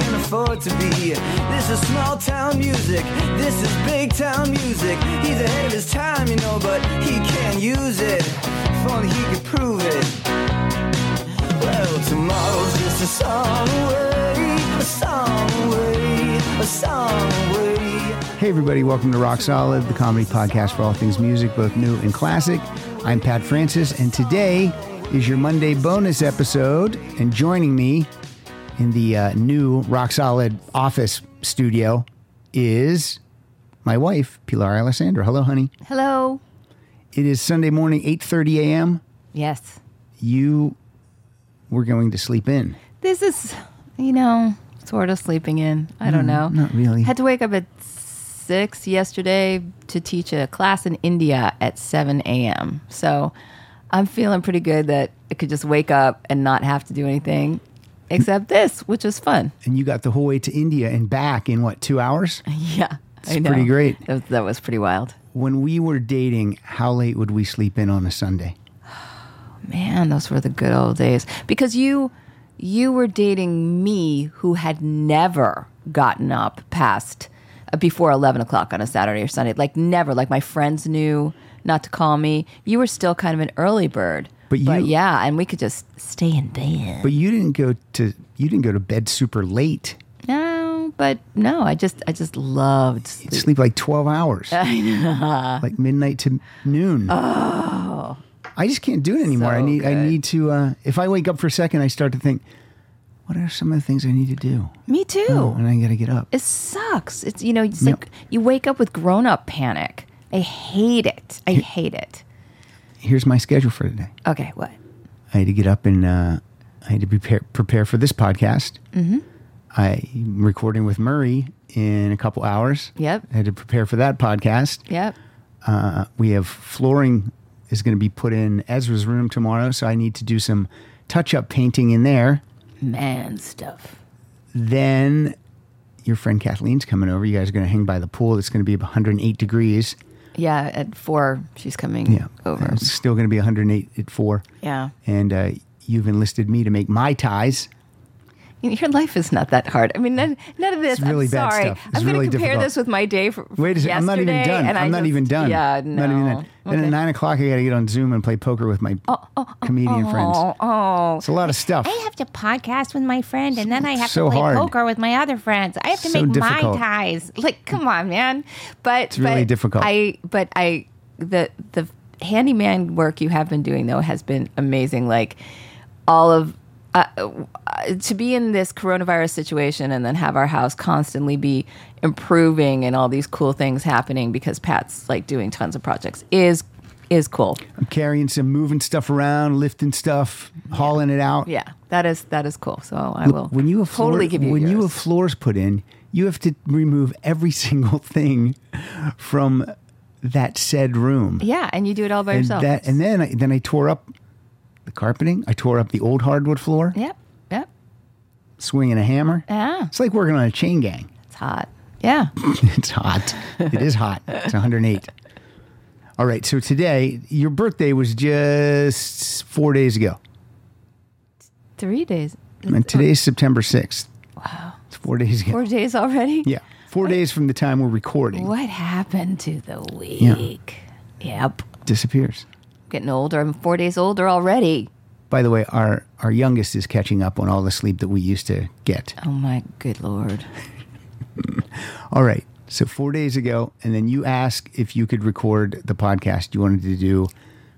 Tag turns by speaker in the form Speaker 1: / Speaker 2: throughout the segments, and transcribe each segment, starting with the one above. Speaker 1: to be. This is small town music. This is big town music. He's ahead of his time, you know, but he can't use it. If only he could prove it. Well, tomorrow's just a song away, a song away, a song away.
Speaker 2: Hey, everybody, welcome to Rock Solid, the comedy podcast for all things music, both new and classic. I'm Pat Francis, and today is your Monday bonus episode. And joining me in the uh, new Rock Solid office studio is my wife, Pilar Alessandra. Hello, honey.
Speaker 3: Hello.
Speaker 2: It is Sunday morning, 8.30 a.m.
Speaker 3: Yes.
Speaker 2: You were going to sleep in.
Speaker 3: This is, you know, sort of sleeping in. I don't know.
Speaker 2: Mm, not really.
Speaker 3: Had to wake up at six yesterday to teach a class in India at seven a.m. So I'm feeling pretty good that I could just wake up and not have to do anything except this, which is fun.
Speaker 2: And you got the whole way to India and back in, what, two hours?
Speaker 3: Yeah. I
Speaker 2: It's
Speaker 3: know.
Speaker 2: pretty great.
Speaker 3: That was, that was pretty wild.
Speaker 2: When we were dating, how late would we sleep in on a Sunday?
Speaker 3: Man, those were the good old days. Because you you were dating me who had never gotten up past uh, before 11 o'clock on a Saturday or Sunday. Like never. Like my friends knew not to call me. You were still kind of an early bird.
Speaker 2: But you-
Speaker 3: yeah, and we could just stay in bed.
Speaker 2: But you didn't go to you didn't go to bed super late.
Speaker 3: No, but no, I just I just loved
Speaker 2: You'd sleep like twelve hours. Like midnight to noon. Oh. I just can't do it anymore. I
Speaker 3: So
Speaker 2: need I
Speaker 3: good.
Speaker 2: need to uh, if I wake up for a second I start to think, what are some of the things I need to do?
Speaker 3: Me too.
Speaker 2: Oh, and I gotta get up.
Speaker 3: It sucks. It's you know, it's
Speaker 2: Yeah.
Speaker 3: like you wake up with grown-up panic. I hate it. I hate it.
Speaker 2: Here's my schedule for today.
Speaker 3: Okay, what?
Speaker 2: I had to get up and uh, I had to prepare prepare for this podcast. Mm-hmm. I'm recording with Murray in a couple hours.
Speaker 3: Yep.
Speaker 2: I had to prepare for that podcast.
Speaker 3: Yep.
Speaker 2: Uh, we have flooring is going to be put in Ezra's room tomorrow, so I need to do some touch up painting in there.
Speaker 3: man stuff.
Speaker 2: Then your friend Kathleen's coming over. You guys are going to hang by the pool. It's going to be 108 degrees.
Speaker 3: Yeah, at four she's coming
Speaker 2: Yeah,
Speaker 3: over.
Speaker 2: It's still going to be 108 at four.
Speaker 3: Yeah,
Speaker 2: And uh, you've enlisted me to make my ties.
Speaker 3: You know, your life is not that hard. I mean, none, none of this.
Speaker 2: It's really
Speaker 3: I'm
Speaker 2: bad
Speaker 3: sorry.
Speaker 2: stuff. It's
Speaker 3: I'm going
Speaker 2: really
Speaker 3: to compare
Speaker 2: difficult.
Speaker 3: this with my day. For,
Speaker 2: Wait a second. I'm not even
Speaker 3: yesterday,
Speaker 2: done.
Speaker 3: and I
Speaker 2: I'm not
Speaker 3: just-
Speaker 2: even done.
Speaker 3: Yeah,
Speaker 2: I'm
Speaker 3: no.
Speaker 2: Not even done. Then
Speaker 3: Okay.
Speaker 2: at nine o'clock, I got to get on Zoom and play poker with my comedian friends.
Speaker 3: Oh, oh.
Speaker 2: It's a lot of stuff.
Speaker 4: I have to podcast with my friend, and then I have
Speaker 2: so
Speaker 4: to play
Speaker 2: hard.
Speaker 4: poker with my other friends. I have to
Speaker 2: So
Speaker 4: make my
Speaker 2: difficult.
Speaker 4: ties.
Speaker 3: like come on man but it's
Speaker 2: really
Speaker 3: but
Speaker 2: difficult.
Speaker 3: i but i the the handyman work you have been doing though has been amazing like all of uh, uh, to be in this coronavirus situation and then have our house constantly be improving and all these cool things happening because pat's like doing tons of projects is is cool
Speaker 2: I'm carrying some, moving stuff around, lifting stuff, hauling it out.
Speaker 3: yeah that is that is cool so i will
Speaker 2: When you have floor-
Speaker 3: totally give you
Speaker 2: when you
Speaker 3: yours.
Speaker 2: have floors put in, you have to remove every single thing from that said room.
Speaker 3: yeah and you do it all by
Speaker 2: and
Speaker 3: yourself
Speaker 2: that, and then I, then I tore up the carpeting. I tore up the old hardwood floor,
Speaker 3: yep yep
Speaker 2: swinging a hammer.
Speaker 3: yeah
Speaker 2: It's like working on a chain gang.
Speaker 3: it's hot yeah
Speaker 2: it's hot. It is hot. It's 108. All right. So today, your birthday was just four days ago.
Speaker 3: three days
Speaker 2: And today's September 6th. Wow. It's four days ago.
Speaker 3: Four days already?
Speaker 2: Yeah. Four days from the time we're recording.
Speaker 3: What happened to the week? Yep.
Speaker 2: Disappears.
Speaker 3: Getting older. I'm four days older already.
Speaker 2: By the way, our, our youngest is catching up on all the sleep that we used to get.
Speaker 3: Oh my good lord.
Speaker 2: All right. So four days ago, and then you asked if you could record the podcast. You wanted to do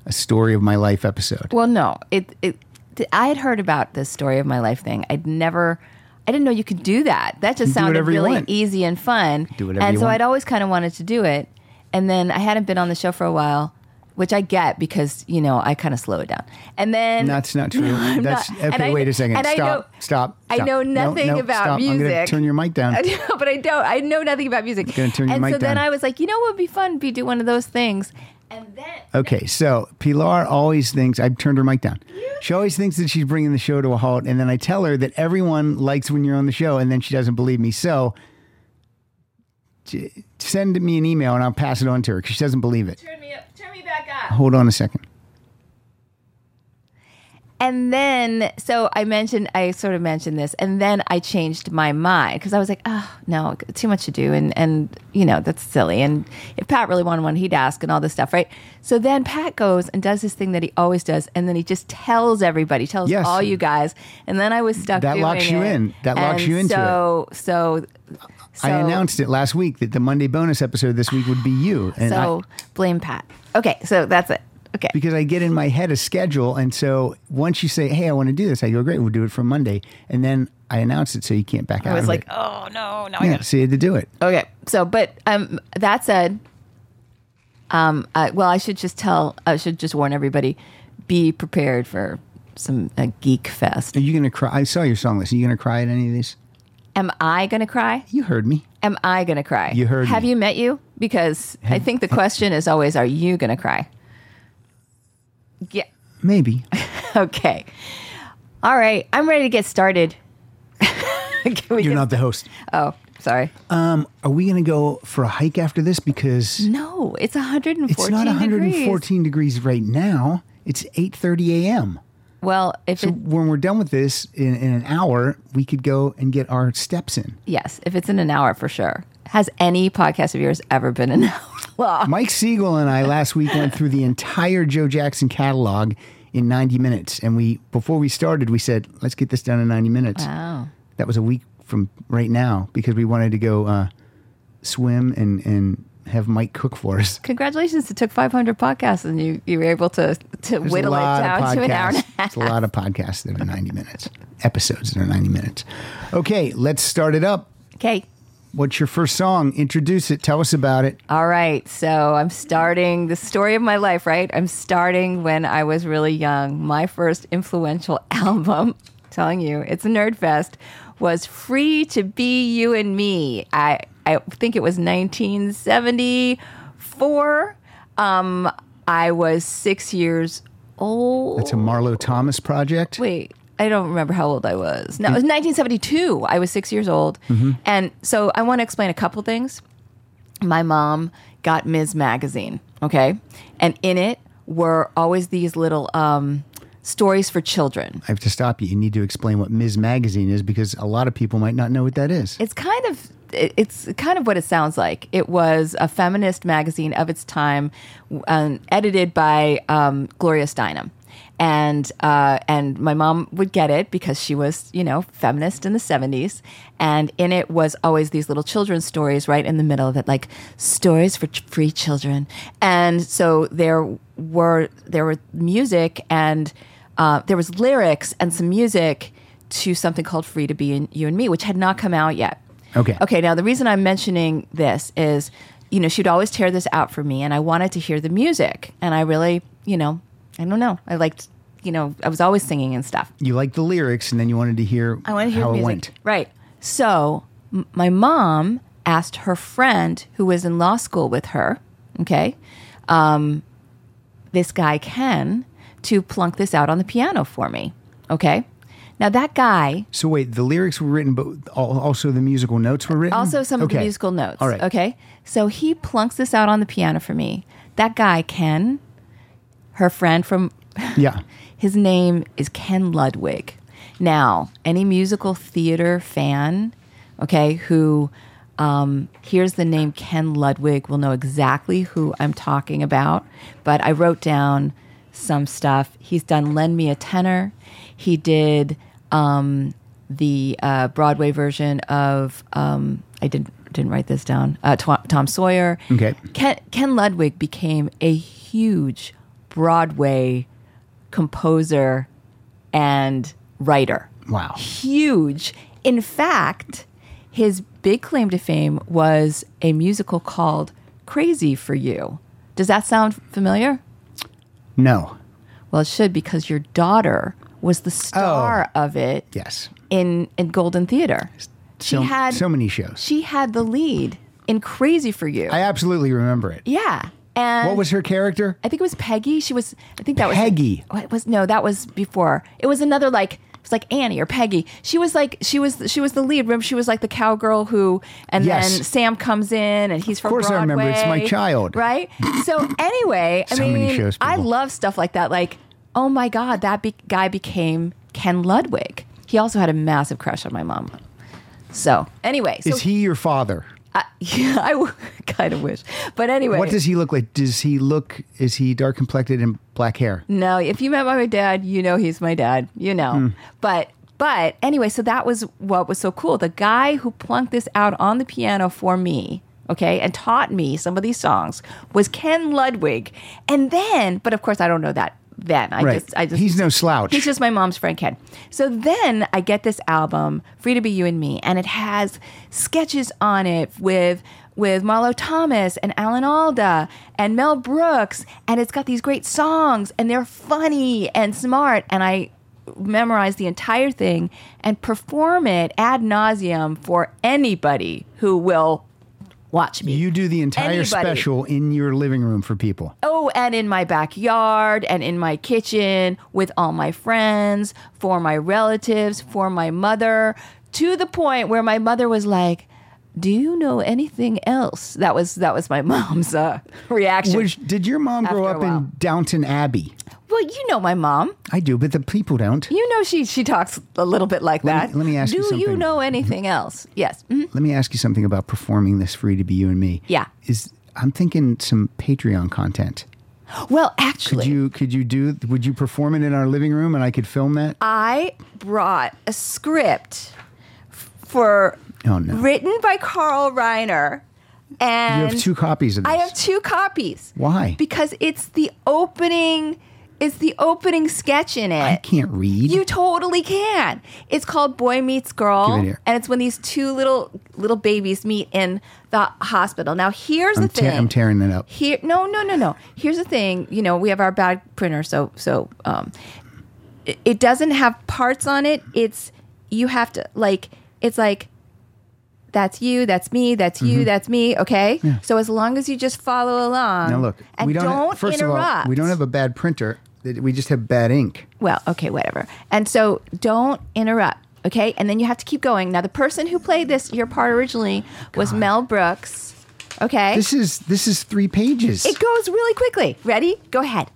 Speaker 2: a story of my life episode.
Speaker 3: Well, no. It it th- I had heard about this story of my life thing. I'd never I didn't know you could do that. That just
Speaker 2: do
Speaker 3: sounded
Speaker 2: whatever you
Speaker 3: really
Speaker 2: want.
Speaker 3: easy and fun.
Speaker 2: Do whatever
Speaker 3: and
Speaker 2: you
Speaker 3: so
Speaker 2: want.
Speaker 3: I'd always kind of wanted to do it. And then I hadn't been on the show for a while, which I get because, you know, I kind of slow it down. And then
Speaker 2: That's not true.
Speaker 3: I'm
Speaker 2: That's
Speaker 3: not- and
Speaker 2: okay.
Speaker 3: I-
Speaker 2: wait a second.
Speaker 3: and I
Speaker 2: stop,
Speaker 3: know-
Speaker 2: stop.
Speaker 3: I
Speaker 2: stop.
Speaker 3: know
Speaker 2: No,
Speaker 3: nothing
Speaker 2: no,
Speaker 3: about
Speaker 2: stop. I'm gonna
Speaker 3: music.
Speaker 2: turn your mic down.
Speaker 3: I know, but I don't. I know nothing about music.
Speaker 2: gonna turn your
Speaker 3: and
Speaker 2: mic
Speaker 3: so then
Speaker 2: down.
Speaker 3: I was like, you know what would be fun? Be do one of those things. And then
Speaker 2: Okay, so Pilar always thinks I've turned her mic down. She always thinks that she's bringing the show to a halt, and then I tell her that everyone likes when you're on the show, and then she doesn't believe me. So j- send me an email, and I'll pass it on to her because she doesn't believe it.
Speaker 3: turn me up, turn me back up.
Speaker 2: Hold on a second.
Speaker 3: And then, so I mentioned, I sort of mentioned this, and then I changed my mind because I was like, oh, no, too much to do. And, and, you know, that's silly. And if Pat really wanted one, he'd ask and all this stuff, right? So then Pat goes and does this thing that he always does. And then he just tells everybody, tells
Speaker 2: Yes.
Speaker 3: all you guys. And then I was stuck
Speaker 2: That
Speaker 3: doing
Speaker 2: locks you
Speaker 3: it.
Speaker 2: in. That locks
Speaker 3: And
Speaker 2: you into it.
Speaker 3: so, So, so,
Speaker 2: I announced it last week that the Monday bonus episode this week would be you. And I-
Speaker 3: So blame Pat. Okay. So that's it. Okay.
Speaker 2: because I get in my head a schedule. And so once you say, hey, I want to do this, I go, great, we'll do it for Monday. And then I announce it so you can't back out.
Speaker 3: I was
Speaker 2: of
Speaker 3: like,
Speaker 2: it.
Speaker 3: oh, no, now I
Speaker 2: yeah,
Speaker 3: got
Speaker 2: so you had to do it.
Speaker 3: Okay. So, but um, that said, um, uh, well, I should just tell, I should just warn everybody: be prepared for some a geek fest.
Speaker 2: Are you going to cry? I saw your song list. Are you going to cry at any of these?
Speaker 3: Am I gonna cry?
Speaker 2: You heard me.
Speaker 3: Am I gonna cry?
Speaker 2: You heard
Speaker 3: Have
Speaker 2: me.
Speaker 3: you met you? Because I think the question is always: Are you gonna cry? Yeah.
Speaker 2: Maybe.
Speaker 3: Okay. All right. I'm ready to get started. Can we
Speaker 2: You're
Speaker 3: get-
Speaker 2: not the host.
Speaker 3: Oh, sorry.
Speaker 2: Um, are we going to go for a hike after this? Because
Speaker 3: No, it's 114
Speaker 2: it's not
Speaker 3: degrees.
Speaker 2: 114 degrees. right now. It's 8.30 a.m.
Speaker 3: Well, if
Speaker 2: So
Speaker 3: it,
Speaker 2: when we're done with this in, in an hour, we could go and get our steps in.
Speaker 3: Yes, if it's in an hour for sure. Has any podcast of yours ever been an hour long?
Speaker 2: Mike Siegel and I last week went through the entire Joe Jackson catalog in 90 minutes. And we, before we started, we said, let's get this done in 90 minutes.
Speaker 3: Wow.
Speaker 2: That was a week from right now because we wanted to go uh, swim and, and have Mike cook for us.
Speaker 3: Congratulations! It took 500 podcasts, and you you were able to to
Speaker 2: There's
Speaker 3: whittle it down to an hour and a half.
Speaker 2: It's a lot of podcasts that are 90 minutes, episodes that are 90 minutes. Okay, let's start it up.
Speaker 3: Okay.
Speaker 2: What's your first song? Introduce it. Tell us about it.
Speaker 3: All right. So I'm starting the story of my life, right? I'm starting when I was really young. My first influential album, telling you, it's a nerd fest, was Free to Be You and Me. I, I think it was 1974. Um, I was six years old.
Speaker 2: It's a Marlo Thomas project.
Speaker 3: Wait, I don't remember how old I was. No, it was 1972. I was six years old. And so I want to explain a couple things. My mom got Ms. Magazine, okay? And in it were always these little um, stories for children.
Speaker 2: I have to stop you. You need to explain what Ms. Magazine is because a lot of people might not know what that is.
Speaker 3: It's kind of it- it's kind of what it sounds like. It was a feminist magazine of its time, um, edited by um, Gloria Steinem, and uh, and my mom would get it because she was you know feminist in the seventies, and in it was always these little children's stories right in the middle of it, like stories for ch- free children, and so there were there were music and uh, there was lyrics and some music to something called Free to Be in You and Me, which had not come out yet.
Speaker 2: Okay.
Speaker 3: Okay. Now, the reason I'm mentioning this is, you know, she'd always tear this out for me, and I wanted to hear the music. And I really, you know, I don't know. I liked, you know, I was always singing and stuff.
Speaker 2: You liked the lyrics, and then you wanted to hear,
Speaker 3: I want to hear
Speaker 2: how
Speaker 3: the
Speaker 2: it
Speaker 3: music.
Speaker 2: went.
Speaker 3: Right. So m- my mom asked her friend who was in law school with her, okay, um, this guy Ken, to plunk this out on the piano for me. Okay. Now that guy
Speaker 2: So wait, the lyrics were written, but al- also the musical notes were written.
Speaker 3: also some of the
Speaker 2: Hmm, Okay.
Speaker 3: musical notes.
Speaker 2: All right.
Speaker 3: Okay. So he plunks this out on the piano for me. That guy, Ken, her friend from
Speaker 2: Yeah.
Speaker 3: his name is Ken Ludwig. Now, any musical theater fan, okay, who um, hears the name Ken Ludwig will know exactly who I'm talking about. But I wrote down some stuff. He's done Lend Me a Tenor. He did um, the uh, Broadway version of, um, I didn't, didn't write this down, uh, Tw- Tom Sawyer.
Speaker 2: Okay.
Speaker 3: Ken, Ken Ludwig became a huge Broadway composer and writer.
Speaker 2: Wow.
Speaker 3: Huge. In fact, his big claim to fame was a musical called Crazy for You. Does that sound familiar?
Speaker 2: No.
Speaker 3: Well, it should because your daughter was
Speaker 2: Oh.
Speaker 3: the star of it
Speaker 2: Yes.
Speaker 3: in, in Golden Theater. She
Speaker 2: so,
Speaker 3: had
Speaker 2: so many shows.
Speaker 3: she had the lead in Crazy for You.
Speaker 2: I absolutely remember it.
Speaker 3: yeah. And
Speaker 2: What was her character?
Speaker 3: I think it was Peggy. She was. I think that was
Speaker 2: Peggy.
Speaker 3: What was no? That was before. It was another like it was like Annie or Peggy. She was like she was she was the lead. Remember, she was like the cowgirl who, and
Speaker 2: Yes.
Speaker 3: then Sam comes in and he's from.
Speaker 2: course I
Speaker 3: Broadway,
Speaker 2: remember. It's my child.
Speaker 3: right? So anyway, I
Speaker 2: So many
Speaker 5: mean,
Speaker 2: shows.
Speaker 3: I
Speaker 2: people.
Speaker 3: love stuff like that. Like oh my God, that be- guy became Ken Ludwig. He also had a massive crush on my mom. So, anyway, so
Speaker 2: Is he your father?
Speaker 3: I, yeah, I w- kind of wish. But anyway,
Speaker 2: What does he look like? Does he look? Is he dark complected and black hair?
Speaker 3: No, if you met my dad, you know he's my dad. You know.
Speaker 2: Hmm.
Speaker 3: But but anyway, so that was what was so cool. The guy who plunked this out on the piano for me, okay, and taught me some of these songs was Ken Ludwig. And then, but of course I don't know that then. I
Speaker 2: Right.
Speaker 3: just I just
Speaker 2: He's no slouch.
Speaker 3: He's just my mom's friend Ken. So then I get this album, Free to Be You and Me, and it has sketches on it with with Marlo Thomas and Alan Alda and Mel Brooks, and it's got these great songs, and they're funny and smart, and I memorize the entire thing and perform it ad nauseum for anybody who will watch me.
Speaker 2: You do the entire
Speaker 3: Anybody.
Speaker 2: special in your living room for people.
Speaker 3: Oh, and in my backyard and in my kitchen with all my friends, for my relatives, for my mother, to the point where my mother was like, "Do you know anything else?" That was that was my mom's uh, reaction.
Speaker 2: Which, did your mom grow
Speaker 3: After a
Speaker 2: up
Speaker 3: while.
Speaker 2: in Downton Abbey?
Speaker 3: well, you know my mom.
Speaker 2: I do, but the people don't.
Speaker 3: You know she she talks a little bit like
Speaker 2: Let me-
Speaker 3: that.
Speaker 2: let me ask
Speaker 3: Do
Speaker 2: you
Speaker 3: you
Speaker 2: something. Mm-hmm.
Speaker 3: know anything else? Yes. Mhm.
Speaker 2: Let me ask you something about performing this "Free to Be You and Me."
Speaker 3: Yeah.
Speaker 2: is I'm thinking some Patreon content.
Speaker 3: Well,
Speaker 2: Could
Speaker 3: actually,
Speaker 2: you could you do? Would you perform it in our living room and I could film that?
Speaker 3: I brought a script f- for
Speaker 2: Oh, no.
Speaker 3: written by Carl Reiner. And
Speaker 2: you have two copies of this.
Speaker 3: I have two copies.
Speaker 2: Why?
Speaker 3: Because it's the opening. It's the opening sketch in it.
Speaker 2: I can't read.
Speaker 3: You totally can. It's called Boy Meets Girl,
Speaker 2: Give it here.
Speaker 3: and it's when these two little little babies meet in the hospital. Now, here's
Speaker 2: I'm,
Speaker 3: the thing.
Speaker 2: te- I'm tearing that up.
Speaker 3: Here, no, no, no, no. Here's the thing. You know, we have our bad printer, so so um, it, it doesn't have parts on it. It's you have to like. It's like that's you, that's me, that's
Speaker 2: Mm-hmm.
Speaker 3: you, that's me. Okay. So as long as you just follow along.
Speaker 2: Now look,
Speaker 3: and
Speaker 2: we don't, have-
Speaker 3: don't
Speaker 2: first
Speaker 3: interrupt.
Speaker 2: of all, we don't have a bad printer. That- We just have bad ink.
Speaker 3: Well, okay, whatever. And so don't interrupt, okay? And then you have to keep going. Now, the person who played this, your part originally, was Mel Brooks, okay?
Speaker 2: This is this is three pages.
Speaker 3: it goes really quickly. Ready? Go ahead.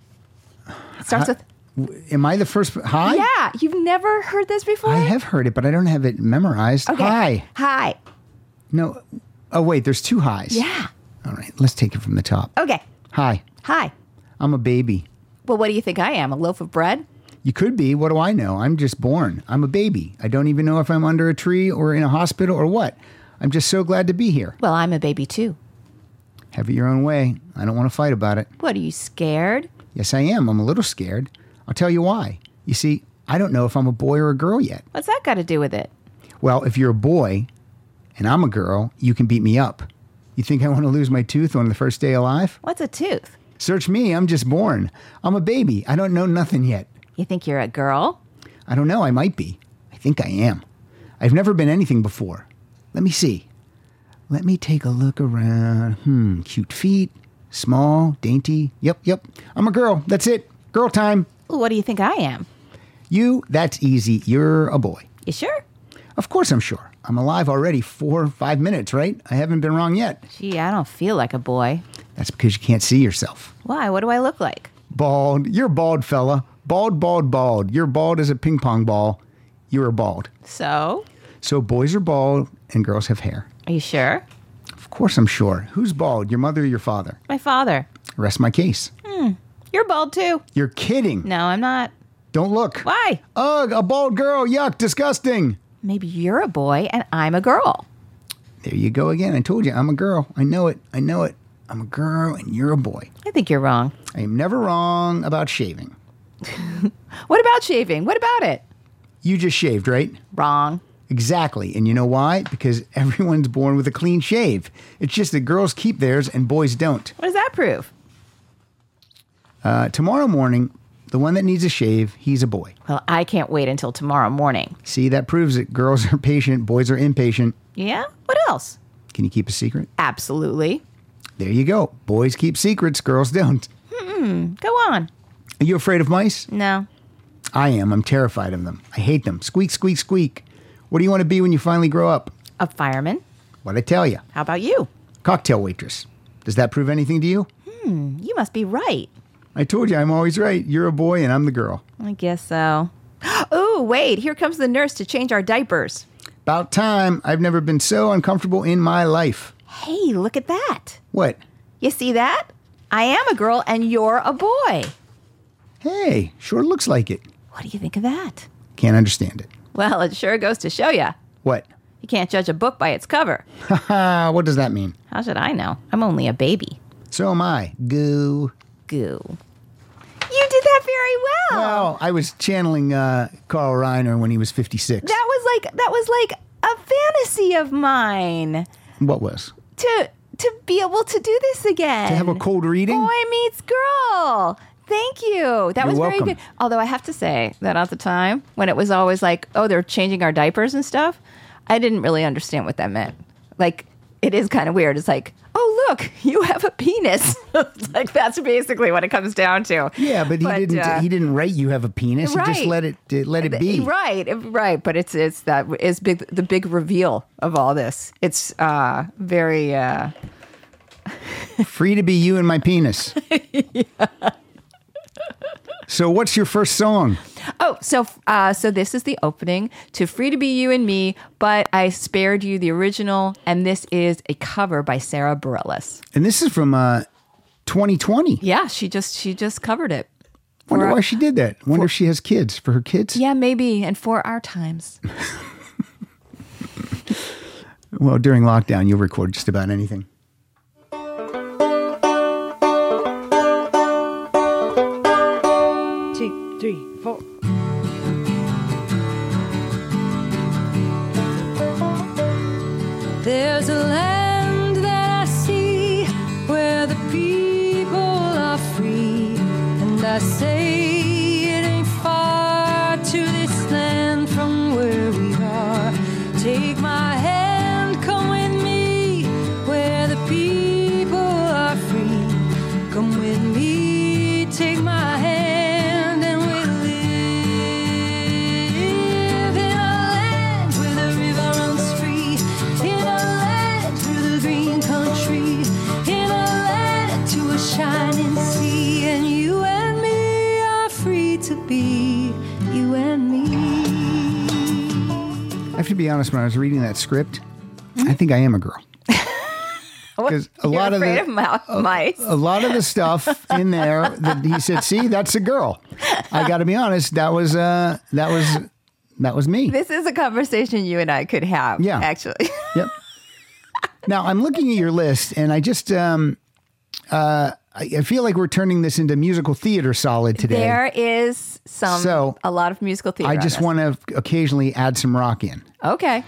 Speaker 3: It starts with,
Speaker 2: W- Am I the first? Hi.
Speaker 3: yeah, you've never heard this before?
Speaker 2: I have heard it, but I don't have it memorized.
Speaker 3: Okay.
Speaker 2: Hi.
Speaker 3: Hi.
Speaker 2: No. Oh wait, there's two highs.
Speaker 3: Yeah.
Speaker 2: All right, let's take it from the top.
Speaker 3: Okay.
Speaker 2: Hi.
Speaker 3: Hi.
Speaker 2: I'm a baby.
Speaker 3: Well, what do you think I am? A loaf of bread?
Speaker 2: You could be. What do I know? I'm just born. I'm a baby. I don't even know if I'm under a tree or in a hospital or what. I'm just so glad to be here.
Speaker 3: Well, I'm a baby too.
Speaker 2: Have it your own way. I don't want to fight about it.
Speaker 3: What are you scared?
Speaker 2: Yes, I am. I'm a little scared. I'll tell you why. You see, I don't know if I'm a boy or a girl yet.
Speaker 3: What's that got to do with it?
Speaker 2: Well, if you're a boy and I'm a girl, you can beat me up. You think I want to lose my tooth on the first day alive?
Speaker 3: What's a tooth?
Speaker 2: Search me. I'm just born. I'm a baby. I don't know nothing yet.
Speaker 3: You think you're a girl?
Speaker 2: I don't know. I might be. I think I am. I've never been anything before. Let me see. Let me take a look around. Hmm, cute feet, small, dainty. Yep, yep. I'm a girl. That's it. Girl time.
Speaker 3: What do you think I am?
Speaker 2: You, that's easy. You're a boy.
Speaker 3: You sure?
Speaker 2: Of course, I'm sure. I'm alive already four or five minutes, right? I haven't been wrong yet.
Speaker 3: Gee, I don't feel like a boy.
Speaker 2: That's because you can't see yourself.
Speaker 3: Why? What do I look like?
Speaker 2: Bald. You're bald, fella. Bald, bald, bald. You're bald as a ping pong ball. You're bald.
Speaker 3: So,
Speaker 2: So boys are bald and girls have hair.
Speaker 3: are you sure?
Speaker 2: Of course, I'm sure. Who's bald? Your mother or your father?
Speaker 3: My father.
Speaker 2: Rest my case.
Speaker 3: You're bald too.
Speaker 2: You're kidding.
Speaker 3: No, I'm not.
Speaker 2: Don't look.
Speaker 3: Why?
Speaker 2: Ugh, a bald girl. Yuck, disgusting.
Speaker 3: Maybe you're a boy and I'm a girl.
Speaker 2: There you go again. I told you, I'm a girl. I know it. I know it. I'm a girl and you're a boy.
Speaker 3: I think you're wrong.
Speaker 2: I am never wrong about shaving.
Speaker 3: What about shaving? What about it?
Speaker 2: You just shaved, right?
Speaker 3: Wrong.
Speaker 2: Exactly. And you know why? Because everyone's born with a clean shave. It's just that girls keep theirs and boys don't.
Speaker 3: What does that prove?
Speaker 2: Uh, tomorrow morning, the one that needs a shave, he's a boy.
Speaker 3: Well, I can't wait until tomorrow morning.
Speaker 2: See, that proves it. Girls are patient, boys are impatient.
Speaker 3: Yeah? What else?
Speaker 2: Can you keep a secret?
Speaker 3: Absolutely.
Speaker 2: There you go. Boys keep secrets, girls don't.
Speaker 3: Go on.
Speaker 2: Are you afraid of mice?
Speaker 3: No.
Speaker 2: I am. I'm terrified of them. I hate them. Squeak, squeak, squeak. What do you want to be when you finally grow up?
Speaker 3: A fireman?
Speaker 2: What'd I tell you?
Speaker 3: How about you?
Speaker 2: Cocktail waitress. Does that prove anything to you?
Speaker 3: You must be right.
Speaker 2: I told you I'm always right. You're a boy and I'm the girl.
Speaker 3: I guess so. Oh, wait, here comes the nurse to change our diapers.
Speaker 2: About time. I've never been so uncomfortable in my life.
Speaker 3: Hey, look at that.
Speaker 2: What?
Speaker 3: You see that? I am a girl and you're a boy.
Speaker 2: Hey, sure looks like it.
Speaker 3: What do you think of that?
Speaker 2: Can't understand it.
Speaker 3: Well, it sure goes to show you.
Speaker 2: What?
Speaker 3: You can't judge a book by its cover.
Speaker 2: Haha, what does that mean?
Speaker 3: How should I know? I'm only a baby.
Speaker 2: So am I. Goo.
Speaker 3: Goo. You did that very well.
Speaker 2: Well, I was channeling uh, Carl Reiner when he was 56.
Speaker 3: That was like that was like a fantasy of mine
Speaker 2: what was?
Speaker 3: to to be able to do this again.
Speaker 2: To have a cold reading?
Speaker 3: Boy meets girl. Thank you. That
Speaker 2: You're
Speaker 3: was
Speaker 2: welcome.
Speaker 3: very good. Although I have to say that at the time when it was always like, oh, they're changing our diapers and stuff, I didn't really understand what that meant. Like, it is kind of weird. It's like, oh, look, you have a penis. It's like that's basically what it comes down to.
Speaker 2: Yeah, but he didn't.
Speaker 3: uh,
Speaker 2: he didn't write you have a penis. He just
Speaker 3: Right.
Speaker 2: let it uh, let it be.
Speaker 3: Right, right, but it's it's that is big the big reveal of all this. It's uh very uh
Speaker 2: Free to be you and my penis. So what's your first song?
Speaker 3: Oh, so uh, so this is the opening to "Free to Be You and Me," but I spared you the original, and this is a cover by Sarah Bareilles.
Speaker 2: And this is from uh, 2020.
Speaker 3: Yeah, she just she just covered it.
Speaker 2: Wonder
Speaker 3: For-
Speaker 2: why she did that. Wonder if she has kids for her kids.
Speaker 3: yeah, maybe, and for our times.
Speaker 2: Well, during lockdown, you'll record just about anything.
Speaker 5: two, three, four. There's a land that I see where the people are free, and I say it ain't far to this land from where we are. Take my hand, come with me where the people are free. Come with me, take my hand, and we'll live in a land where the river runs free, in a land through the green country, in a land to a shining sea, and you and me are free to be you and me.
Speaker 2: I have to be honest. When I was reading that script,
Speaker 3: Mm-hmm.
Speaker 2: I think I am a girl. 'Cause a
Speaker 3: You're
Speaker 2: lot of
Speaker 3: afraid
Speaker 2: the-
Speaker 3: of mou- mice.
Speaker 2: a lot of the stuff in there that he said, "See, that's a girl." I got to be honest. That was uh, that was that was me.
Speaker 3: this is a conversation you and I could have.
Speaker 2: Yeah.
Speaker 3: actually.
Speaker 2: Yep. Now I'm looking at your list, and I just um, uh, I, I feel like we're turning this into musical theater solid today.
Speaker 3: There is some
Speaker 2: So,
Speaker 3: a lot of musical theater.
Speaker 2: I
Speaker 3: on
Speaker 2: just
Speaker 3: this.
Speaker 2: want to occasionally add some rock in.
Speaker 3: okay.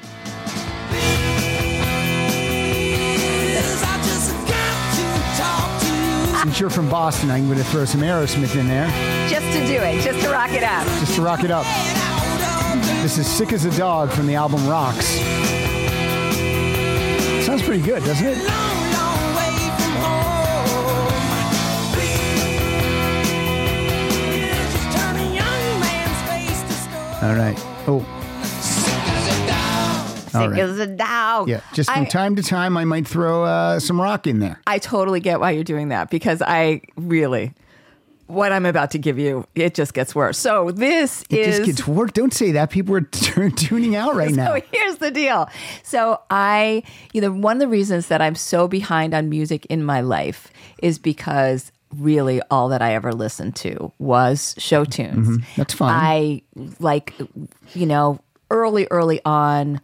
Speaker 2: Since you're from Boston, I'm going to throw some Aerosmith in there
Speaker 3: Just to do it, just to rock it out.
Speaker 2: just to rock it up. This is "Sick as a Dog" from the album Rocks. Sounds pretty good, doesn't it? All right. Oh, All
Speaker 3: Sick
Speaker 2: right.
Speaker 3: as a dog.
Speaker 2: Yeah, just from
Speaker 3: I-
Speaker 2: time to time, I might throw uh, some rock in there.
Speaker 3: I totally get why you're doing that because I really what I'm about to give you, it just gets worse. So this
Speaker 2: It
Speaker 3: is
Speaker 2: just gets work. Don't say that. People are t- tuning out right now.
Speaker 3: so here's the deal. So I, you know, one of the reasons that I'm so behind on music in my life is because really all that I ever listened to was show tunes.
Speaker 2: That's fine.
Speaker 3: I like, you know, early, early on,